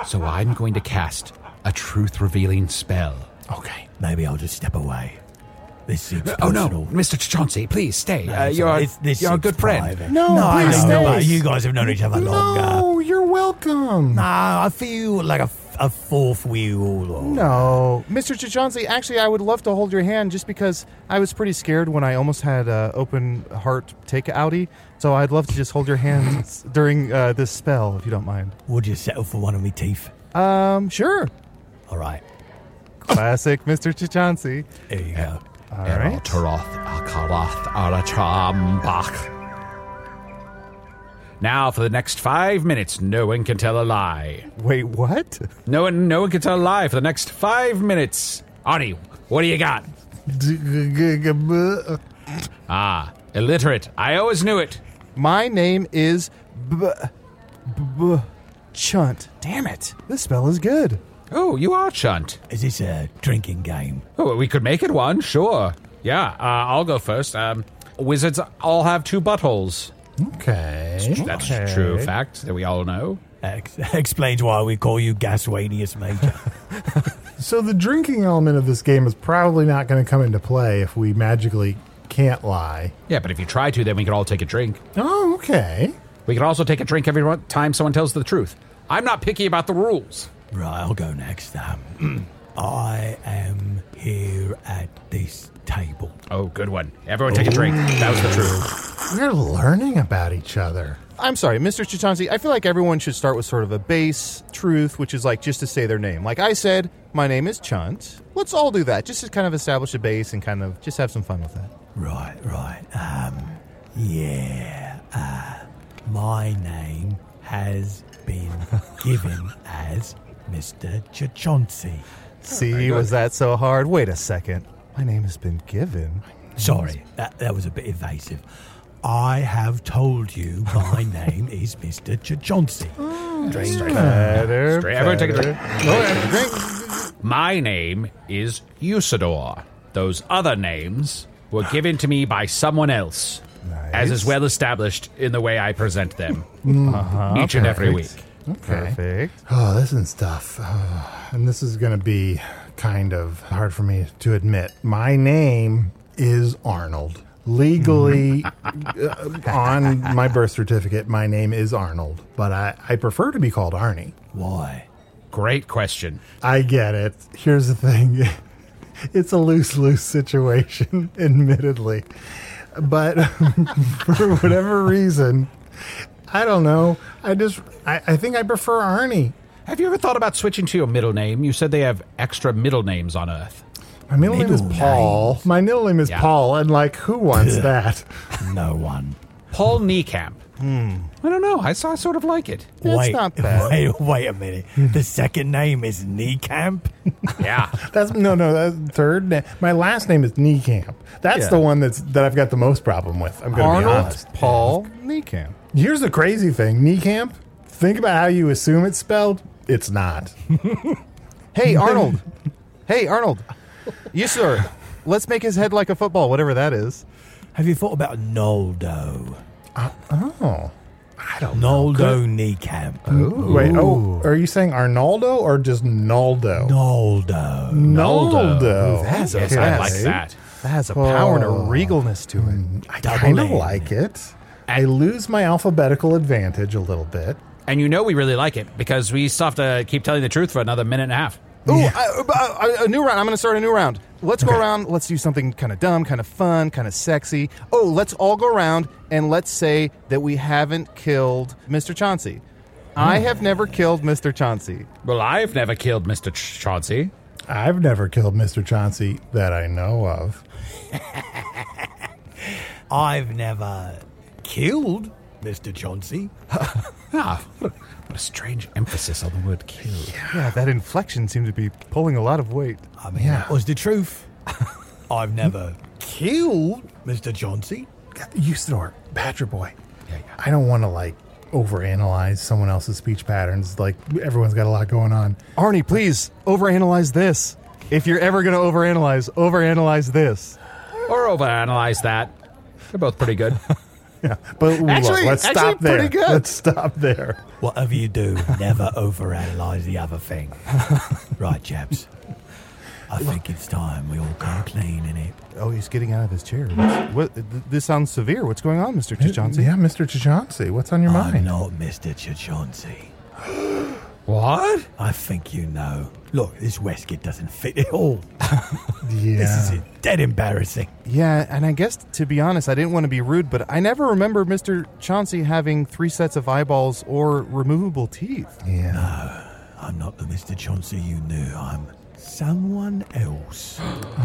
G: So I'm going to cast a truth revealing spell.
E: Okay.
H: Maybe I'll just step away. This seems
G: Oh no,
H: personal.
G: Mr. Chauncey, please stay.
H: No,
G: Uh,
H: it's
G: you're
H: all-
G: our-
H: it's- this
G: you're a
H: seems
G: good friend.
H: private.
E: No,
H: I
E: please
H: know, but
E: stay.
H: you guys have known each other longer.
E: No, you're welcome.
H: Nah, I feel like a, f- a fourth wheel. Or
F: No, Mr. Chichonzi, actually, I would love to hold your hand just because I was pretty scared when I almost had uh, open heart take outie. So I'd love to just hold your hand s- during uh, this spell, if you don't mind.
H: Would you settle for one of me teeth?
F: Um, sure.
H: All right.
F: Classic Mr. Chichonzi.
H: There you go.
F: All right.
G: Now, for the next five minutes, no one can tell a lie.
F: Wait, what?
G: No one, no one can tell a lie for the next five minutes. Arnie, what do you got? Ah, illiterate. I always knew it.
F: My name is B. B. Chunt. Damn it. This spell is good.
G: Oh, you are chunt.
H: Is this a drinking game?
G: Oh, we could make it one, sure. Yeah, uh, I'll go first. Um, wizards all have two buttholes.
E: Okay.
G: That's true fact that we all know.
H: Ex- explains why we call you Gaswanius Major.
E: So the drinking element of this game is probably not going to come into play if we magically can't lie.
G: Yeah, but if you try to, then we could all take a drink.
E: Oh, okay.
G: We could also take a drink every one- time someone tells the truth. I'm not picky about the rules.
H: right, I'll go next. Um, I am here at this table.
G: Oh, good one. Everyone take a drink. That was the truth.
E: We're learning about each other.
F: I'm sorry, Mr. Chitanzi. I feel like everyone should start with sort of a base truth, which is like just to say their name. Like I said, my name is Chunt. Let's all do that, just to kind of establish a base and kind of just have some fun with that.
H: Right, right. Um, yeah. Uh, my name has been given as Mr. Chichonsi.
F: See, was that so hard? Wait a second. My name has been given.
H: Sorry, that, that was a bit evasive. I have told you my name is Mr. Chichonsi.
F: Better.
G: Straight- Everyone take a
F: better.
G: drink. My name is Usador. Those other names were given to me by someone else, as is well established in the way I present them each
F: Uh-huh.
G: and every week.
E: Okay.
F: Perfect.
E: Oh, this and stuff. Oh, and this is going to be kind of hard for me to admit. My name is Arnold. Legally, uh, on my birth certificate, my name is Arnold, but I, I prefer to be called Arnie.
H: Why?
G: Great question.
E: I get it. Here's the thing it's a loose, loose situation, admittedly. But for whatever reason, I don't know. I just, I, I think I prefer Arnie.
G: Have you ever thought about switching to your middle name? You said they have extra middle names on Earth.
E: My middle, name
H: Middle
E: is Paul. My middle name is
G: Yeah.
E: Paul, and like, who wants that?
H: No one.
G: Paul Niekamp. Hmm. I don't know. I saw I sort of like it.
F: That's
H: wait,
F: not bad.
H: Wait, wait a minute. the second name is Kneecamp?
G: Yeah.
E: That's no, no. That's third. Na- my last name is Kneecamp. That's
F: Yeah.
E: the one that's that I've got the most problem with. I'm going to be
F: Arnold
E: honest.
F: Paul Niekamp.
E: Here's the crazy thing, Kneecamp. Think about how you assume it's spelled. It's not.
F: Hey, Arnold. hey, Arnold. Yes, sir. Let's make his head like a football, whatever that is.
H: Have you thought about Noldo?
E: Oh, I don't know.
H: Noldo Kneecamp.
E: Wait. Oh, are you saying Arnaldo or just Naldo?
H: Noldo.
E: Naldo.
F: That's
G: yes, I like that.
F: That has a power and a
E: Oh.
F: regalness to it.
E: I
H: Double
E: kind of
H: name.
E: like it. I lose my alphabetical advantage a little bit.
G: And you know we really like it because we still have to keep telling the truth for another minute and a half.
F: Ooh, I- but, uh, a new round. I'm going to start a new round. Let's go around. Let's do something kind of dumb, kind of fun, kind of sexy. Oh, let's all go around and let's say that we haven't killed Mr. Chauncey. I have never killed Mr. Chauncey.
G: Well, I've never killed Mr. Ch- Chauncey.
E: I've never killed Mr. Chauncey that I know of.
H: I've never killed Mr. Chauncey.
G: Ah, what a, what a strange emphasis on the word kill.
F: Yeah, Uh, that inflection seemed to be pulling a lot of weight.
E: Uh,
H: I mean, that was the truth. I've never killed Mr. Chauncey.
E: Usador, Badger Boy.
G: Yeah, yeah.
E: I don't want to like overanalyze someone else's speech patterns. Like everyone's got a lot going on.
F: Arnie, please overanalyze this. If you're ever going to overanalyze, overanalyze this.
G: Or overanalyze that. They're both pretty good.
E: But
F: Actually-
E: let's
F: actually
E: stop there.
F: pretty good.
E: Let's stop there.
H: Whatever you do, never overanalyze the other thing. right, chaps. I think it's time we all come clean in it.
F: Oh, he's getting out of his chair. What's- what, th- this sounds severe. What's going on, Mr. Chichansi?
E: Yeah, Mr. Chichansi, what's on your
H: I'm
E: mind?
H: not Mr. Chachonsi.
G: What?
H: I think you know. Look, this waistcoat doesn't fit at all.
E: Yeah.
H: This is it. dead embarrassing.
F: Yeah, and I guess to be honest, I didn't want to be rude, but I never remember Mr. Chauncey having three sets of eyeballs or removable teeth.
E: Yeah.
H: I'm not the Mr. Chauncey you knew. I'm someone else.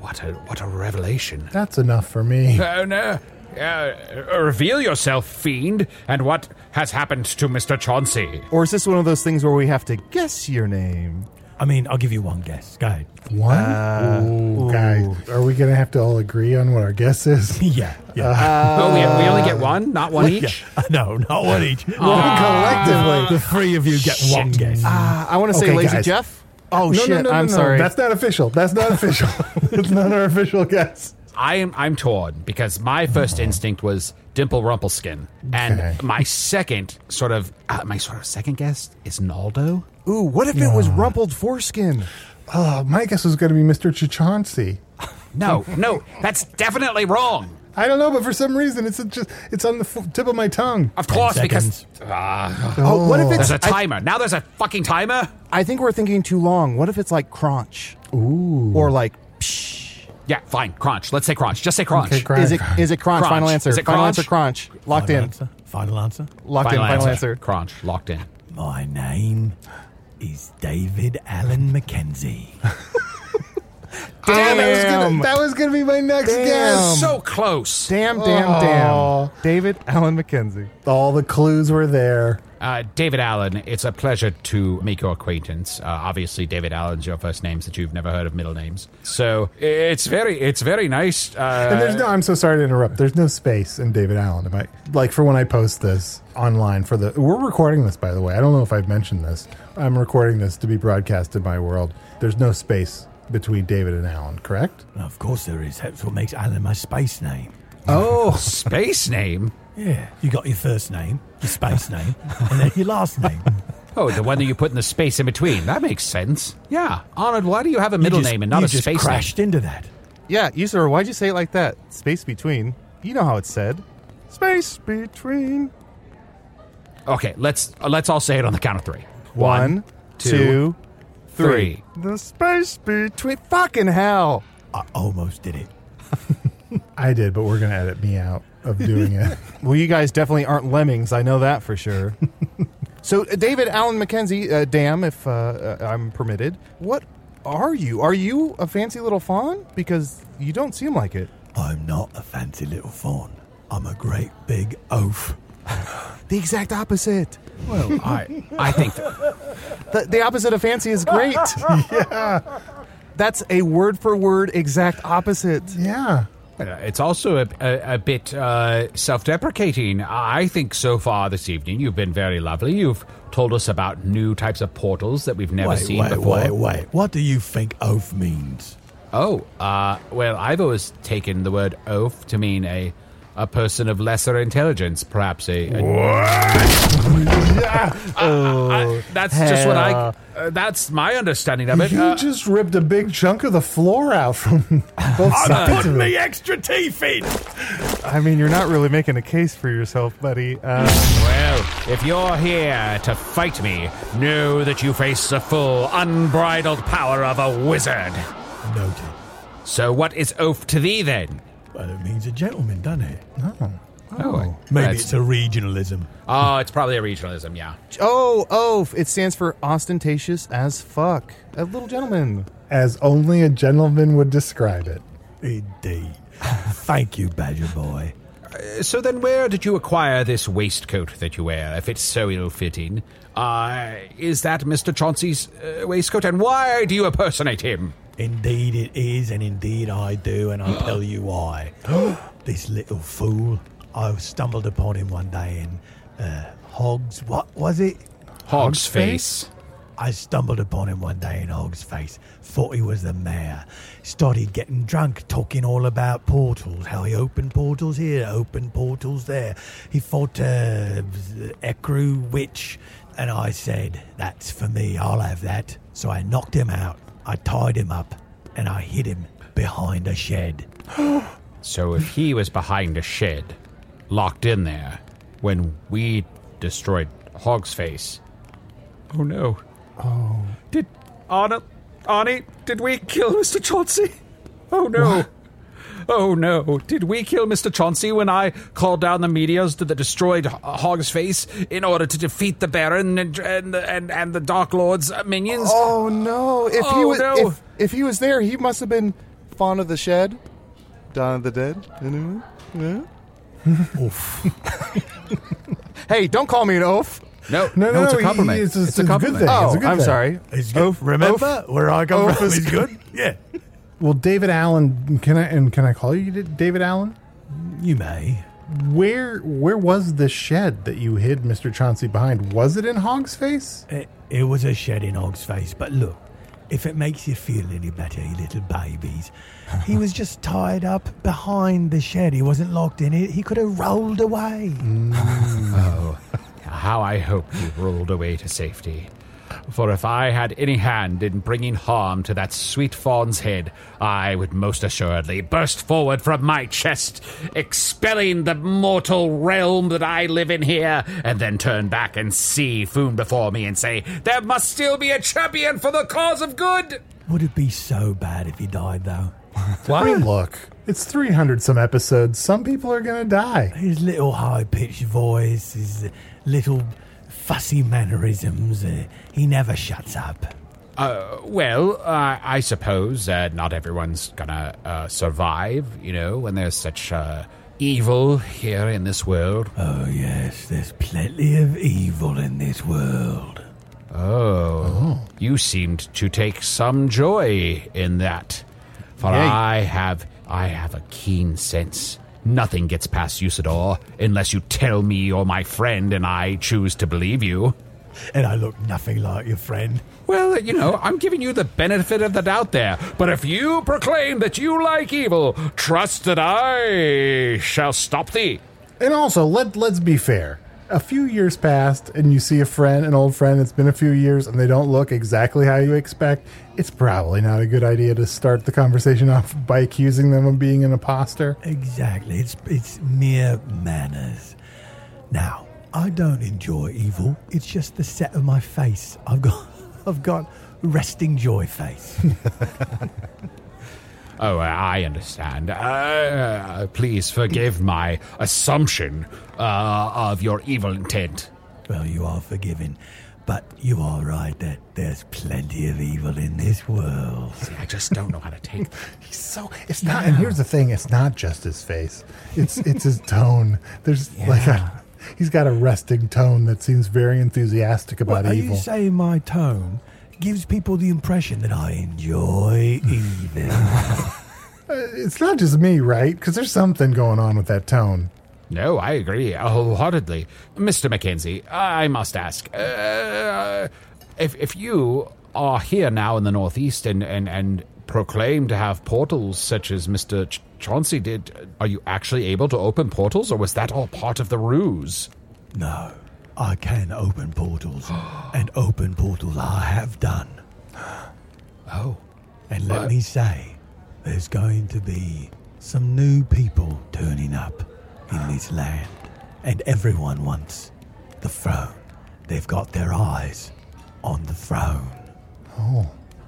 G: What a what a revelation.
E: That's enough for me.
G: Oh no. Uh, reveal yourself, fiend, and what has happened to Mr. Chauncey?
F: Or is this one of those things where we have to guess your name?
H: I mean, I'll give you one guess. Go ahead.
E: One? ooh, guys, are we going to have to all agree on what our guess is?
H: yeah, yeah.
G: oh, we, we only get one, not one each?
H: no, not one each.
E: Oh, Collectively.
H: the three of you get one guess.
F: Uh, I want to say
E: Okay,
F: Lazy
E: guys.
F: Jeff. Oh
E: no,
F: shit!
E: no, no, no,
F: I'm
E: no.
F: sorry.
E: That's not official. That's not official. It's not our official guess.
G: I'm I'm torn because my first instinct was Dimple Rumpelskin, and
E: Okay.
G: my second sort of uh, my sort of second guess is Naldo.
F: Ooh, what if it was rumpled foreskin?
E: Oh, my guess was going to be Mr. Chichansi.
G: No, no, that's definitely wrong.
E: I don't know, but for some reason, it's just it's on the f- tip of my tongue.
G: Of course,
H: seconds.
G: because Ah,
F: Oh, what if
G: there's
F: it's?
G: a
F: I,
G: timer now. There's a fucking timer.
F: I think we're thinking too long. What if it's like crunch? Ooh. Or like. Psh.
G: Yeah, fine. Crunch. Let's say crunch. Just say crunch.
E: Okay, crunch.
F: Is it? Is it crunch?
G: Crunch.
F: Final answer.
G: Is it
F: Final
G: crunch?
F: answer. Crunch. Locked
H: Final
F: in.
H: answer. Final answer.
F: Locked in. Final answer.
G: Crunch. Locked in.
H: My name is David Allen McKenzie.
E: Damn, that was going to be my next guess.
G: so close.
F: Damn, damn,
E: Aw.
F: damn. David Allen McKenzie.
E: All the clues were there.
G: Uh, David Allen, it's a pleasure to make your acquaintance. Uh, obviously, David Allen's your first name, since you've never heard of middle names. So it's very, it's very nice. Uh,
E: And there's no. I'm so sorry to interrupt. There's no space in David Allen. Am I like for when I post this online for the? We're recording this, by the way. I don't know if I've mentioned this. I'm recording this to be broadcast in my world. There's no space between David and Allen. Correct?
H: of course there is. That's what makes Allen my space name.
G: oh, space name.
H: Yeah. You got your first name, your space name, and then your last name.
G: Oh, the one that you put in the space in between. That makes sense. Yeah, Arnold, why do you have a middle
H: You just-
G: name and not
H: you
G: a
H: just
G: space
H: crashed into that.
F: Yeah, Usador, why'd you say it like that? Space between. You know how it's said. Space between.
G: name? Okay, let's uh, let's all say it on the count of three.
F: One, two,
G: three.
F: three. The space between. Fucking hell.
H: I almost did it.
E: I did, but we're gonna edit me out of doing it.
F: Well, you guys definitely aren't lemmings. I know that for sure. so, uh, David Allen McKenzie, uh, damn, if uh, uh, I'm permitted, what are you? Are you a fancy little fawn? Because you don't seem like it.
H: I'm not a fancy little fawn. I'm a great big oaf.
F: The exact opposite.
G: Well, I, I think
F: The, the opposite of fancy is great. yeah. That's a word for word exact opposite.
E: yeah.
G: Uh, It's also a, a, a bit uh, self deprecating. I think so far this evening you've been very lovely. You've told us about new types of portals that we've never
H: wait,
G: seen
H: wait,
G: before.
H: wait, wait. What do you think oaf means?
G: Oh, uh, well, I've always taken the word oaf to mean a, a person of lesser intelligence, perhaps a. a I- that's just what I. Uh, that's my understanding of it.
E: You
G: Uh,
E: just ripped a big chunk of the floor out from both sides.
H: Put
E: of
H: me
E: it.
H: extra teeth in!
F: I mean, you're not really making a case for yourself, buddy. Uh,
G: Well, if you're here to fight me, know that you face the full, unbridled power of a wizard.
H: Noted.
G: So, what is oath to thee then?
H: Well, it means a gentleman, doesn't it?
G: Oh,
H: Maybe it's a regionalism.
G: oh, it's probably a regionalism. Yeah.
F: oh, oh, it stands for ostentatious as fuck. A little gentleman.
E: As only a gentleman would describe it.
H: Indeed. Thank you, Badger Boy.
G: So then, where did you acquire this waistcoat that you wear, if it's so ill-fitting? Uh, is that Mister Chauncey's uh, waistcoat, and why do you impersonate him?
H: Indeed it is, and indeed I do, and I'll tell you why. this little fool, I stumbled upon him one day in uh, Hogs. What was it?
G: Hog's face.
H: I stumbled upon him one day in Hog's Face, thought he was the mayor. Started getting drunk, talking all about portals, how he opened portals here, opened portals there. He fought uh, Ekru Witch, and I said, That's for me, I'll have that. So I knocked him out. I tied him up and I hid him behind a shed.
G: So if he was behind a shed, locked in there, when we destroyed Hog's face. Oh no.
F: Oh.
G: Did Anna Arnie, did we kill Mr. Chauncey? Oh no. Oh no. Did we kill Mr. Chauncey when I called down the meteors that destroyed H- Hog's face in order to defeat the Baron and and and, and the Dark Lord's uh, minions?
F: Oh no! If he
G: Oh,
F: was
G: no.
F: if, if he was there, he must have been fond of the shed, Dawn of the Dead. Anyone? Yeah. hey, don't call me an oaf.
G: No,
E: No, no,
G: it's
E: no,
G: a
E: he-
G: compliment.
E: he- it's a-
G: it's a
E: it's a good
G: compliment.
E: thing.
F: Oh,
E: a good
F: I'm
E: thing.
F: sorry.
H: It's good.
F: Oaf-
H: Remember
F: oaf-
H: where I come
F: Oaf
H: from
F: is
H: is good. Yeah,
E: Well, David Allen, can I and can I call you D- David Allen?
H: you may.
E: Where where was the shed that you hid Mr. Chauncey behind? Was it in Hog's face?
H: It, it was a shed in Hog's face, but look, if it makes you feel any better, you little babies, he was just tied up behind the shed. He wasn't locked in it. He could have rolled away.
G: How I hope you rolled away to safety. For if I had any hand in bringing harm to that sweet fawn's head, I would most assuredly burst forward from my chest, expelling the mortal realm that I live in here, and then turn back and see Foon before me and say, There must still be a champion for the cause of good!
H: Would it be so bad if he died, though?
E: I mean, look, it's 300 some episodes. Some people are going to die.
H: His little high pitched voice, his little fussy mannerisms, uh, he never shuts up.
G: Uh, well, uh, I suppose uh, not everyone's gonna uh, survive, you know, when there's such uh, evil here in this world.
H: Oh, yes, there's plenty of evil in this world.
G: Oh, you seemed to take some joy in that. For I have I have a keen sense. Nothing gets past Usador unless you tell me or my friend and I choose to believe you.
H: And I look nothing like your friend.
G: Well, you know, I'm giving you the benefit of the doubt there. But if you proclaim that you like evil, trust that I shall stop thee.
E: And also, let let's be fair. A few years passed and you see a friend, an old friend, it's been a few years and they don't look exactly how you expect. It's probably not a good idea to start the conversation off by accusing them of being an imposter.
H: Exactly. It's it's mere manners. Now, I don't enjoy evil. It's just the set of my face. I've got I've got resting joy face.
G: Oh, I understand. Uh, please forgive my assumption uh, of your evil intent.
H: well, you are forgiven. But you are right that there's plenty of evil in this world.
G: I just don't know how to take that.
E: He's so it's not and here's the thing, it's not just his face. It's it's his tone. There's like a he's got a resting tone that seems very enthusiastic about
H: What, are
E: evil.
H: you saying my tone gives people the impression that I enjoy evil?
E: It's not just me, right? Because there's something going on with that tone.
G: No, I agree wholeheartedly. Mr. Mackenzie, I must ask uh, if, if you are here now in the Northeast and, and, and proclaim to have portals such as Mr. Ch- Chauncey did, are you actually able to open portals, or was that all part of the ruse?
H: no, I can open portals, and open portals I have done.
G: Oh.
H: And let me say, there's going to be some new people turning up in this land. And everyone wants the throne. They've got their eyes on the throne.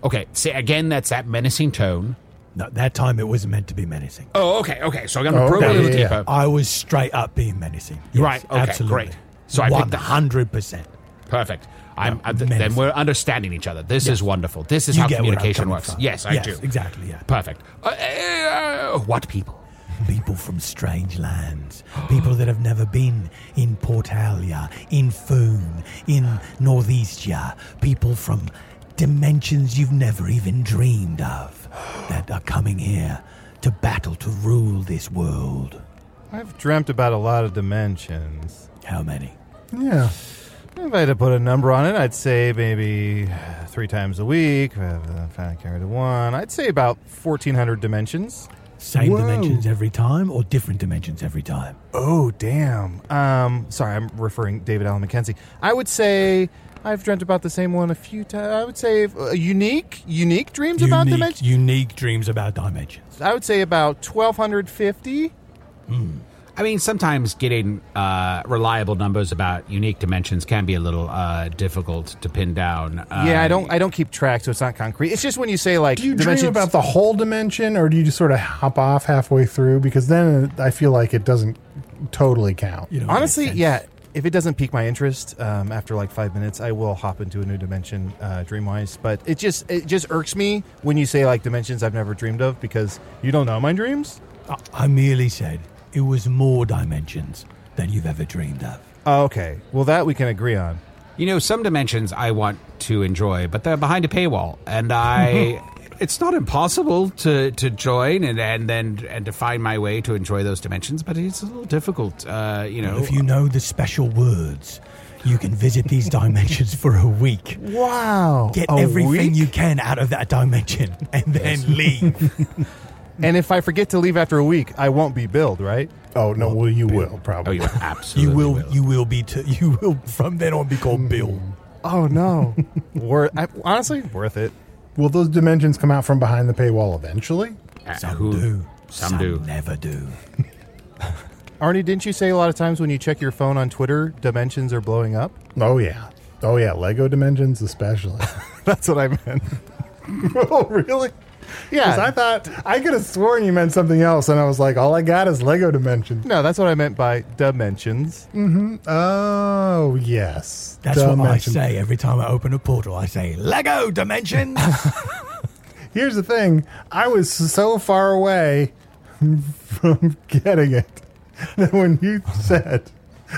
G: Okay, say again, that's that menacing tone.
H: No, that time it was meant to be menacing.
G: Oh, okay, okay. So I'm going to
E: Oh,
G: probe
E: okay,
G: a little
E: yeah, yeah.
G: deeper.
H: I was straight up being menacing. Yes,
G: Right, okay,
H: absolutely.
G: great. So I picked the-
H: 100%.
G: Perfect. I'm, I'm-
H: menacing.
G: then we're understanding each other. This is wonderful. This is
H: You
G: how
H: get where I'm
G: communication
H: coming
G: works.
H: from.
G: Yes, I
H: Yes,
G: do.
H: exactly, yeah.
G: Perfect. Uh, uh, what people?
H: People from strange lands. People that have never been in Portalia, in Foon, in Northeastia. People from dimensions you've never even dreamed of that are coming here to battle to rule this world.
F: I've dreamt about a lot of dimensions.
H: How many?
E: Yeah.
F: If I had to put a number on it, I'd say maybe three times a week. uh, If I carry to one, I'd say about fourteen hundred dimensions.
H: Same
F: Whoa.
H: dimensions every time or different dimensions every time?
F: Oh damn! Um, sorry, I'm referring David Allen McKenzie. I would say I've dreamt about the same one a few times. I would say uh, unique, unique dreams about
H: unique,
F: dimensions.
H: unique dreams about dimensions.
F: I would say about 1,250.
G: I mean, sometimes getting uh, reliable numbers about unique dimensions can be a little uh, difficult to pin down. Uh,
F: yeah, I don't. I don't keep track, so it's not concrete. It's just when you say like
E: Do you
F: dimensions-
E: dream about the whole dimension, or do you just sort of hop off halfway through? Because then I feel like it doesn't totally count.
H: You know,
F: Honestly,
H: makes
F: yeah.
H: sense.
F: If it doesn't pique my interest um, after like five minutes, I will hop into a new dimension, uh, dreamwise. But it just it just irks me when you say like dimensions I've never dreamed of because you don't know my dreams.
H: I, I merely said it was more dimensions than you've ever dreamed of.
F: Oh, okay, well that we can agree on.
G: You know, some dimensions I want to enjoy, but they're behind a paywall, and I. It's not impossible to, to join and, and then and to find my way to enjoy those dimensions, but it's a little difficult. Uh, you know,
H: If you know the special words, you can visit these dimensions for a week.
F: Wow,
H: Get
F: A
H: everything
F: week?
H: you can out of that dimension and then leave.
F: And if I forget to leave after a week, I won't be billed, right?
E: Oh no, well you will
G: oh,
E: probably.
G: you absolutely
H: you will, you will be t- you will from then on be
G: Hmm.
H: called Bill.
F: Oh no, Wor- I, honestly worth it.
E: Will those dimensions come out from behind the paywall eventually?
G: Uh,
H: Some
G: who-
H: do.
G: Some, do.
H: never do.
F: Arnie, didn't you say a lot of times when you check your phone on Twitter, dimensions are blowing up?
E: Oh yeah, oh yeah, Lego dimensions especially.
F: That's what I meant.
E: oh really?
F: Yeah,
E: Because I thought I could have sworn you meant something else, and I was like, all I got is Lego dimensions.
F: No, that's what I meant by dimensions.
E: Oh yes,
H: That's what I
E: Dimension.
H: say every time I open a portal. I say Lego Dimension.
E: Here's the thing: I was so far away from getting it that when you said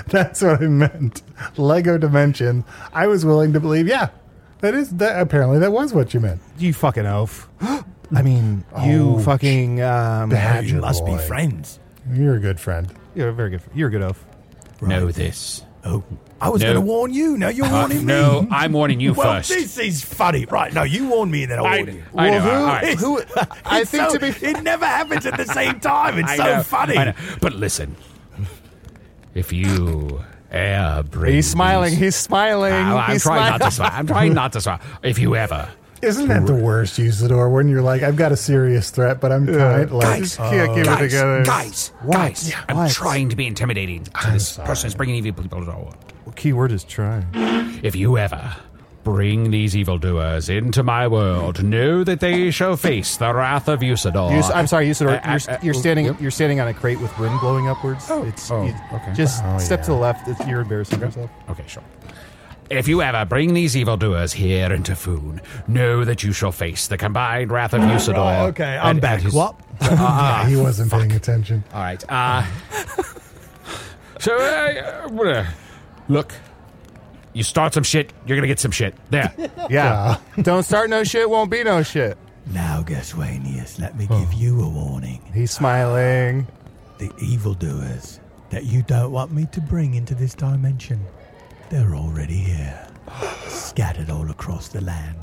E: that's what I meant, Lego dimension, I was willing to believe. Yeah, that is that. Apparently, that was what you meant.
F: You fucking oaf. I mean, you
E: Oh,
F: fucking. Um,
E: Badger
H: you must
E: boy.
H: be friends.
E: You're a good friend.
F: you're a very good. You're a good oaf.
G: Know this.
H: Oh, I was
G: No.
H: going to warn you. Now you're
G: Uh,
H: warning me.
G: no, I'm warning you
H: well,
G: first.
H: this is funny, right? No, you warned me, and then I
G: I-
H: warned you.
G: I know, Well, who- all right.
F: who- I
H: It's
F: think
H: so-
F: to be-
H: it never happens at the same time. It's
G: I
H: so
G: know,
H: funny.
G: I know. But listen, if you ever bring
F: He's smiling.
G: these-
F: He's smiling.
G: I'm, Uh, I'm
F: he's
G: trying
F: smiling.
G: not to smile. I'm trying not to smile. If you ever,
E: Isn't that the worst, Usador? When you're like, I've got a serious threat, but I'm kind of like, "Oh,
H: Guys,
F: can't keep uh, it
G: guys,
F: together.
G: guys, guys, I'm
F: what?
G: trying to be intimidating to this person who's bringing evil people to the world.
F: Key word is trying.
G: If you ever bring these evildoers into my world, know that they shall face the wrath of Usador.
F: Us- I'm sorry, Usador.
G: Uh,
F: You're,
G: uh,
F: you're
G: uh,
F: standing.
G: yep.
F: You're standing on a crate with rim blowing upwards. Oh, it's,
G: Oh,
F: you-
G: okay.
F: Just
E: Oh,
F: step to the
E: yeah.
F: left. It's, you're embarrassing yourself.
G: Okay, sure. If you ever bring these evildoers here into Foon, know that you shall face the combined wrath of Usador.
H: Right, Oh, okay, I'm
G: and-
H: back.
G: and his-
H: What?
G: Uh,
E: yeah, he wasn't paying attention.
G: All right. Uh, so, uh, uh, look, you start some shit, you're going to get some shit. There.
F: Yeah. Don't start no shit. Won't be no shit.
H: Now, Gaswanius, let me give you a warning.
F: He's smiling.
H: The evildoers that you don't want me to bring into this dimension, they're already here, scattered all across the land.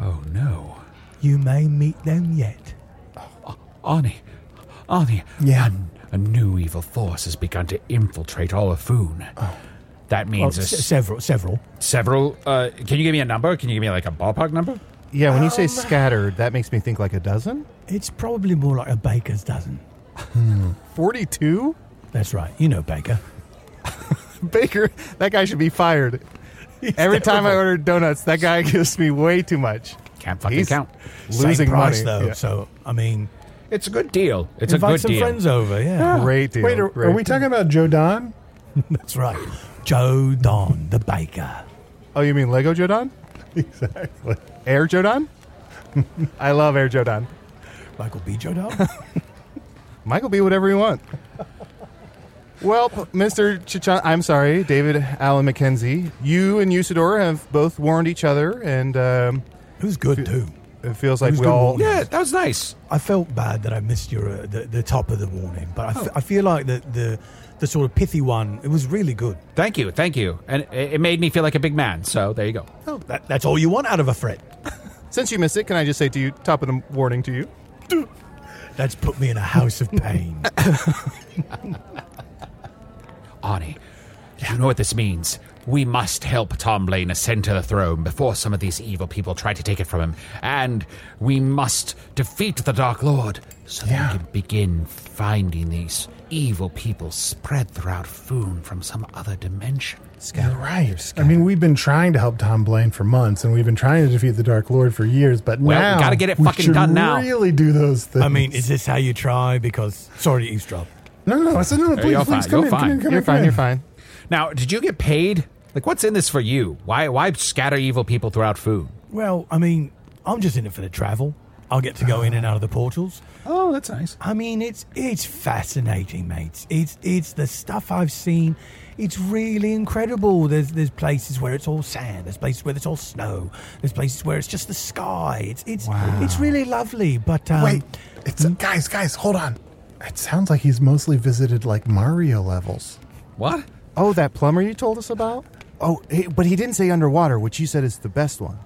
G: oh, no.
H: You may meet them yet.
G: Arnie. Arnie.
E: Yeah.
G: A, a new evil force has begun to infiltrate all of Foon. That
H: Oh. Well,
G: means a
H: se-
G: s-
H: several, several.
G: several. Uh, can you give me a number? Can you give me like a ballpark number?
F: Yeah. When you
E: Um,
F: say scattered, that makes me think like a dozen.
H: It's probably more like a baker's dozen.
F: Forty-two.
H: That's right. You know Baker.
F: Baker, that guy should be fired. Every time I order donuts, that guy gives me way too much.
G: Can't fucking
F: He's
G: count.
F: Losing
H: Same price
F: money.
H: though.
F: Yeah.
H: So I mean,
G: It's a good deal. It's a
H: invite
G: good
H: some
G: deal. Ah.
H: friends over. Yeah,
F: Great deal.
E: Wait, are,
F: great
E: are we
F: deal.
E: talking about Joe Don?
H: that's right. Joe Don the baker.
F: Oh, you mean Lego Jodan?
E: Exactly.
F: Air Jodan? I love Air Jodan.
H: Michael B. Joe Don.
F: Michael, be whatever you want. Well, Mr. Chichon, I'm sorry, David Allen McKenzie. You and Usador have both warned each other, and um,
H: it was good too.
F: it feels like
H: Who's
F: we
H: doing
F: all.
H: what?
G: Yeah, that was nice.
H: I felt bad that I missed your uh, the, the top of the warning, but I,
E: Oh.
H: f- I feel like the, the the sort of pithy one. It was really good.
G: Thank you, thank you, and it it made me feel like a big man. So there you go.
E: Oh.
H: That, that's all you want out of a threat.
F: Since you missed it, can I just say to you, top of the warning to you?
H: That's put me in a house of pain.
G: Arnie, you know what this means. We must help Tom Blaine ascend to the throne before some of these evil people try to take it from him. And we must defeat the Dark Lord so that we can begin finding these evil people spread throughout Foon from some other dimension.
E: You're right. I mean, we've been trying to help Tom Blaine for months, and we've been trying to defeat the Dark Lord for years. But
G: Well, we
E: now
G: gotta get it
E: we
G: fucking
E: should
G: done now.
E: Really do those things.
H: I mean, is this how you try? Because sorry to eavesdrop.
E: no, no, no. I said no. no,
G: Hey,
E: Please,
G: you're
E: please
G: fine,
E: come
G: you're
E: in, come
G: fine,
E: in, come
F: You're
E: in, come
F: fine.
E: in.
F: You're fine.
G: Now, did you get paid? Like, what's in this for you? Why, why scatter evil people throughout Foon?
H: Well, I mean, I'm just in it for the travel. I'll get to go in and out of the portals.
G: Oh, that's nice.
H: I mean, it's it's fascinating, mates. It's it's the stuff I've seen. It's really incredible. There's there's places where it's all sand. There's places where it's all snow. There's places where it's just the sky. It's it's it's really lovely. But um,
E: Wait, it's guys, guys, hold on. It sounds like he's mostly visited like Mario levels.
G: What?
F: Oh, that plumber you told us about? Oh, he, but he didn't say underwater, which you said is the best one.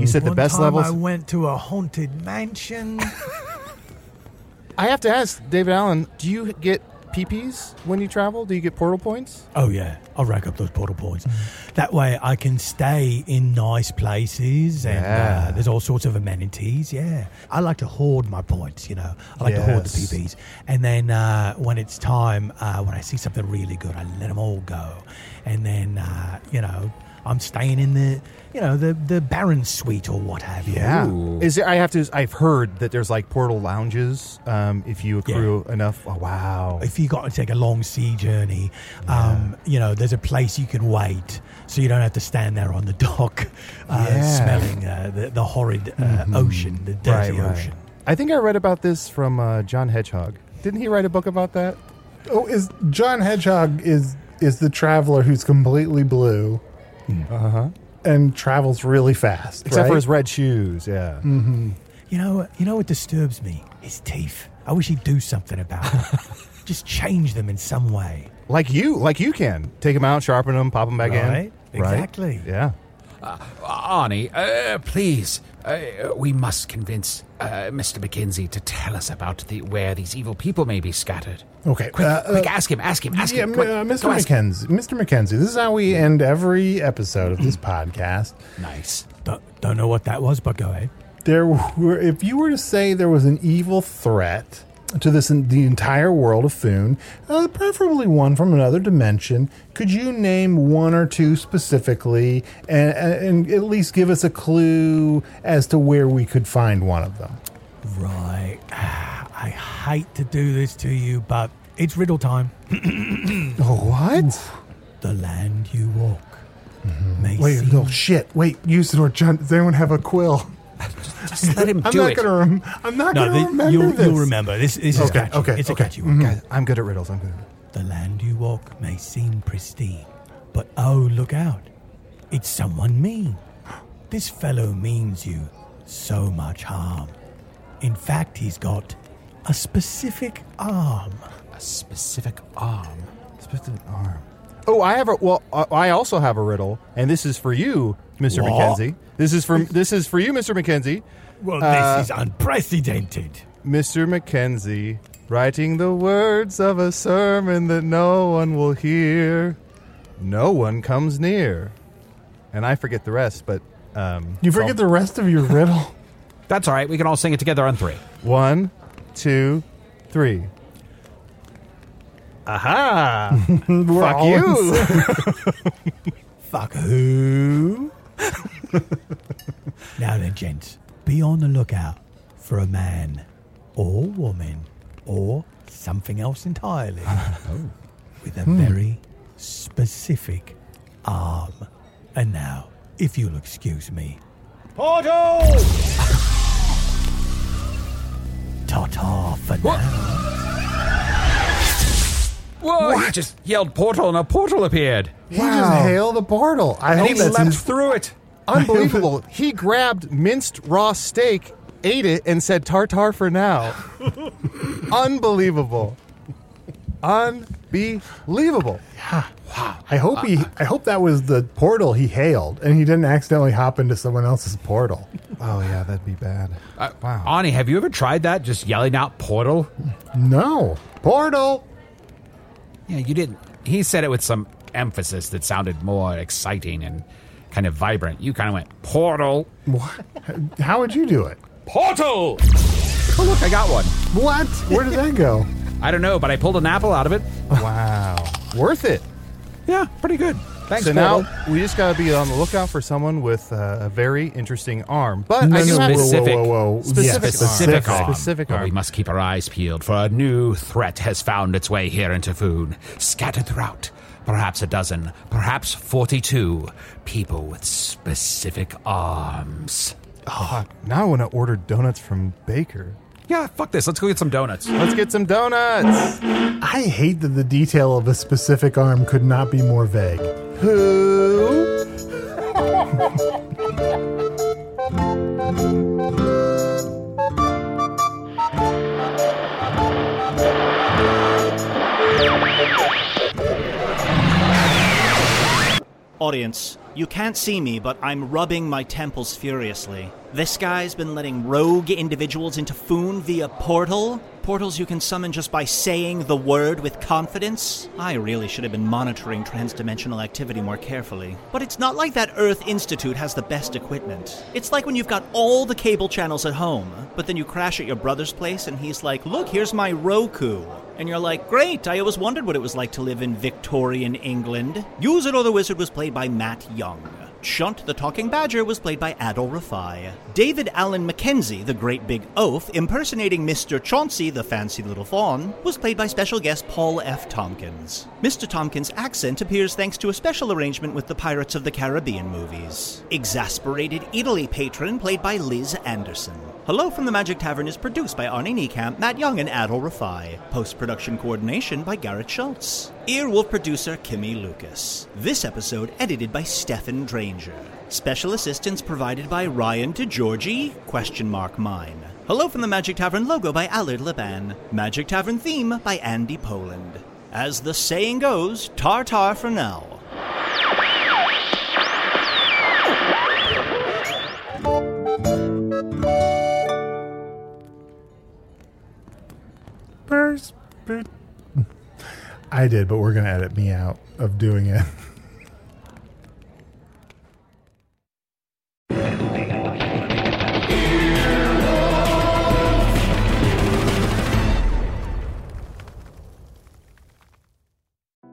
F: you said the
H: Mm-hmm. one
F: best
H: time
F: levels.
H: I went to a haunted mansion.
F: I have to ask, David Allen, do you get PPs when you travel? Do you get portal points?
H: Oh yeah, I'll rack up those portal points. That way, I can stay in nice places, and
F: Yeah.
H: uh, there's all sorts of amenities. Yeah, I like to hoard my points. You know, I like to hoard the
F: Yes.
H: PBs, and then uh, when it's time, uh, when I see something really good, I let them all go, and then uh, you know, I'm staying in the you know the the Baron suite or what have you.
G: Ooh.
F: Is there, I have to. I've heard that there's like portal lounges. Um, if you accrue enough. Oh wow.
H: if you got to take a long sea journey, um, you know, there's a place you can wait so you don't have to stand there on the dock uh,
F: Yeah.
H: smelling uh, the, the horrid uh, ocean, the dirty ocean.
F: I think I read about this from uh, John Hedgehog. Didn't he write a book about that?
E: Oh, is John Hedgehog is is the traveler who's completely blue, and travels really fast,
F: Uh-huh. Except
E: right?
F: for his red shoes. Yeah.
H: You know, you know what disturbs me? His teeth. I wish he'd do something about them. Just change them in some way.
F: Like you, like you can take them out, sharpen them, pop them back
H: Right.
F: in.
H: Exactly.
F: Yeah.
G: Arnie, uh, please, uh, we must convince uh, Mr. McKenzie to tell us about the, where these evil people may be scattered.
E: Okay,
G: quick,
E: uh,
G: quick,
E: uh,
G: ask him, ask him, ask
E: yeah,
G: him.
E: m-
G: Come on,
E: uh,
G: go
E: Mr.
G: ask him.
E: McKenzie. Mr. McKenzie, this is how we end every episode of this podcast.
G: Nice.
H: Don't, don't know what that was, but go ahead.
E: There were, if you were to say there was an evil threat to this the entire world of Foon, uh, preferably one from another dimension, could you name one or two specifically, and, and at least give us a clue as to where we could find one of them?
H: Right. Ah, I hate to do this to you, but it's riddle time.
E: What?
H: The land you walk. may
E: Wait,
H: seem
E: no shit. Wait, Usador, John, does anyone have a quill?
G: Just let him
E: I'm
G: do
E: not
G: it.
E: gonna. Rem- I'm not
H: No,
E: gonna
H: the-
E: remember
H: you'll,
E: this.
H: you'll remember. This, this is
E: Okay,
H: catchy.
E: okay,
H: it's
E: okay. Mm-hmm.
H: a catchy one.
F: Guys, I'm good at riddles. I'm good. At riddles.
H: The land you walk may seem pristine, but oh, look out. It's someone mean. This fellow means you so much harm. In fact, he's got a specific arm.
G: A specific arm.
F: Specific arm. Oh, I have a. Well, I I also have a riddle, and this is for you, Mr.
H: What?
F: McKenzie. This is for this is for you, Mr. McKenzie.
H: Well,
F: Uh,
H: this is unprecedented.
F: Mr. McKenzie, writing the words of a sermon that no one will hear. No one comes near, and I forget the rest. But um,
E: You forget the rest of your riddle.
G: That's all right. We can all sing it together on three.
F: the one, two, three. Aha!
E: We're
F: Fuck
E: all in
F: you!
H: Fuck who? now then, gents, be on the lookout for a man or woman or something else entirely
K: Oh.
H: with a
K: Hmm.
H: very specific arm. And now, if you'll excuse me,
L: Portal!
H: ta ta for now.
G: Whoa! He just yelled portal, and a portal appeared,
E: He just hailed a portal. I
G: and
E: hope
G: he
E: that's
G: leapt
E: his-
G: through it.
F: Unbelievable. he grabbed minced raw steak, ate it, and said tartar for now. Unbelievable. Unbelievable.
E: I hope he. I hope that was the portal he hailed, and he didn't accidentally hop into someone else's portal.
F: Oh, yeah, that'd be bad. wow.
G: Arnie, have you ever tried that? Just yelling out portal?
E: No portal.
G: Yeah, you didn't. He said it with some emphasis that sounded more exciting and kind of vibrant. You kind of went portal,
E: What? How would you do it?
G: portal. Oh look, I got one.
E: What? Where did that go?
G: I don't know, but I pulled an apple out of it.
F: Wow. Worth it.
G: Yeah, pretty good. Thanks.
F: so
G: portal.
F: now we just got to be on the lookout for someone with uh, a very interesting arm. But I
E: No,
F: do
E: no,
F: have
E: whoa,
G: specific,
E: whoa, whoa.
F: Specific
E: Yeah,
F: arm.
G: specific arm.
F: Specific
G: But
F: arm.
G: we must keep our eyes peeled, for a new threat has found its way here into Foon, scattered throughout. Perhaps a dozen, perhaps forty-two people with specific arms.
F: now I want to order donuts from Baker.
G: Yeah, fuck this. Let's go get some donuts.
F: Let's get some donuts.
E: I hate that the detail of a specific arm could not be more vague.
F: Who?
C: Audience, you can't see me, but I'm rubbing my temples furiously. This guy's been letting rogue individuals into Foon via portal. Portals you can summon just by saying the word with confidence. I really should have been monitoring transdimensional activity more carefully. But it's not like that Earth Institute has the best equipment. It's like when you've got all the cable channels at home, but then you crash at your brother's place and he's like, Look, here's my Roku. And you're like, great, I always wondered what it was like to live in Victorian England. Use It or the Wizard was played by Matt Young. Shunt the Talking Badger was played by Adol Rafai. David Allen McKenzie, the Great Big Oaf, impersonating Mr. Chauncey, the Fancy Little Fawn, was played by special guest Paul F. Tompkins. Mr. Tompkins' accent appears thanks to a special arrangement with the Pirates of the Caribbean movies. Exasperated Italy patron played by Liz Anderson. Hello from the Magic Tavern is produced by Arnie Niekamp, Matt Young, and Adol Rafai. Post production coordination by Garrett Schultz. Earwolf producer Kimmy Lucas. This episode edited by Stefan Dranger. Special assistance provided by Ryan DeGiorgi? Question mark mine. Hello from the Magic Tavern logo by Allard Leban. Magic Tavern theme by Andy Poland. As the saying goes, tar tar for now.
E: Pers- per- I did, but we're going to edit me out of doing it.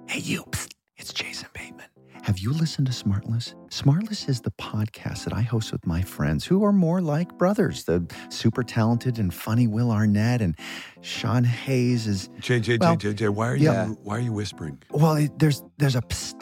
M: Hey, you. Psst. It's Jason Bateman. Have you listened to Smartless? Smartless is the podcast that I host with my friends who are more like brothers. The super talented and funny Will Arnett and Sean Hayes is.
N: JJ,
M: Well,
N: JJ, JJ, why are
M: yeah.
N: you why are you whispering?
M: Well, it, there's there's a psst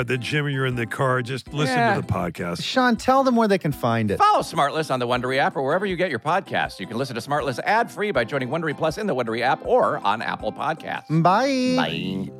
N: at the gym or you're in the car, just listen
K: Yeah.
N: to the podcast.
M: Sean, tell them where they can find it.
K: Follow Smartless on the Wondery app or wherever you get your podcasts. You can listen to Smartless ad free by joining Wondery Plus in the Wondery app or on Apple Podcasts.
M: Bye.
K: Bye.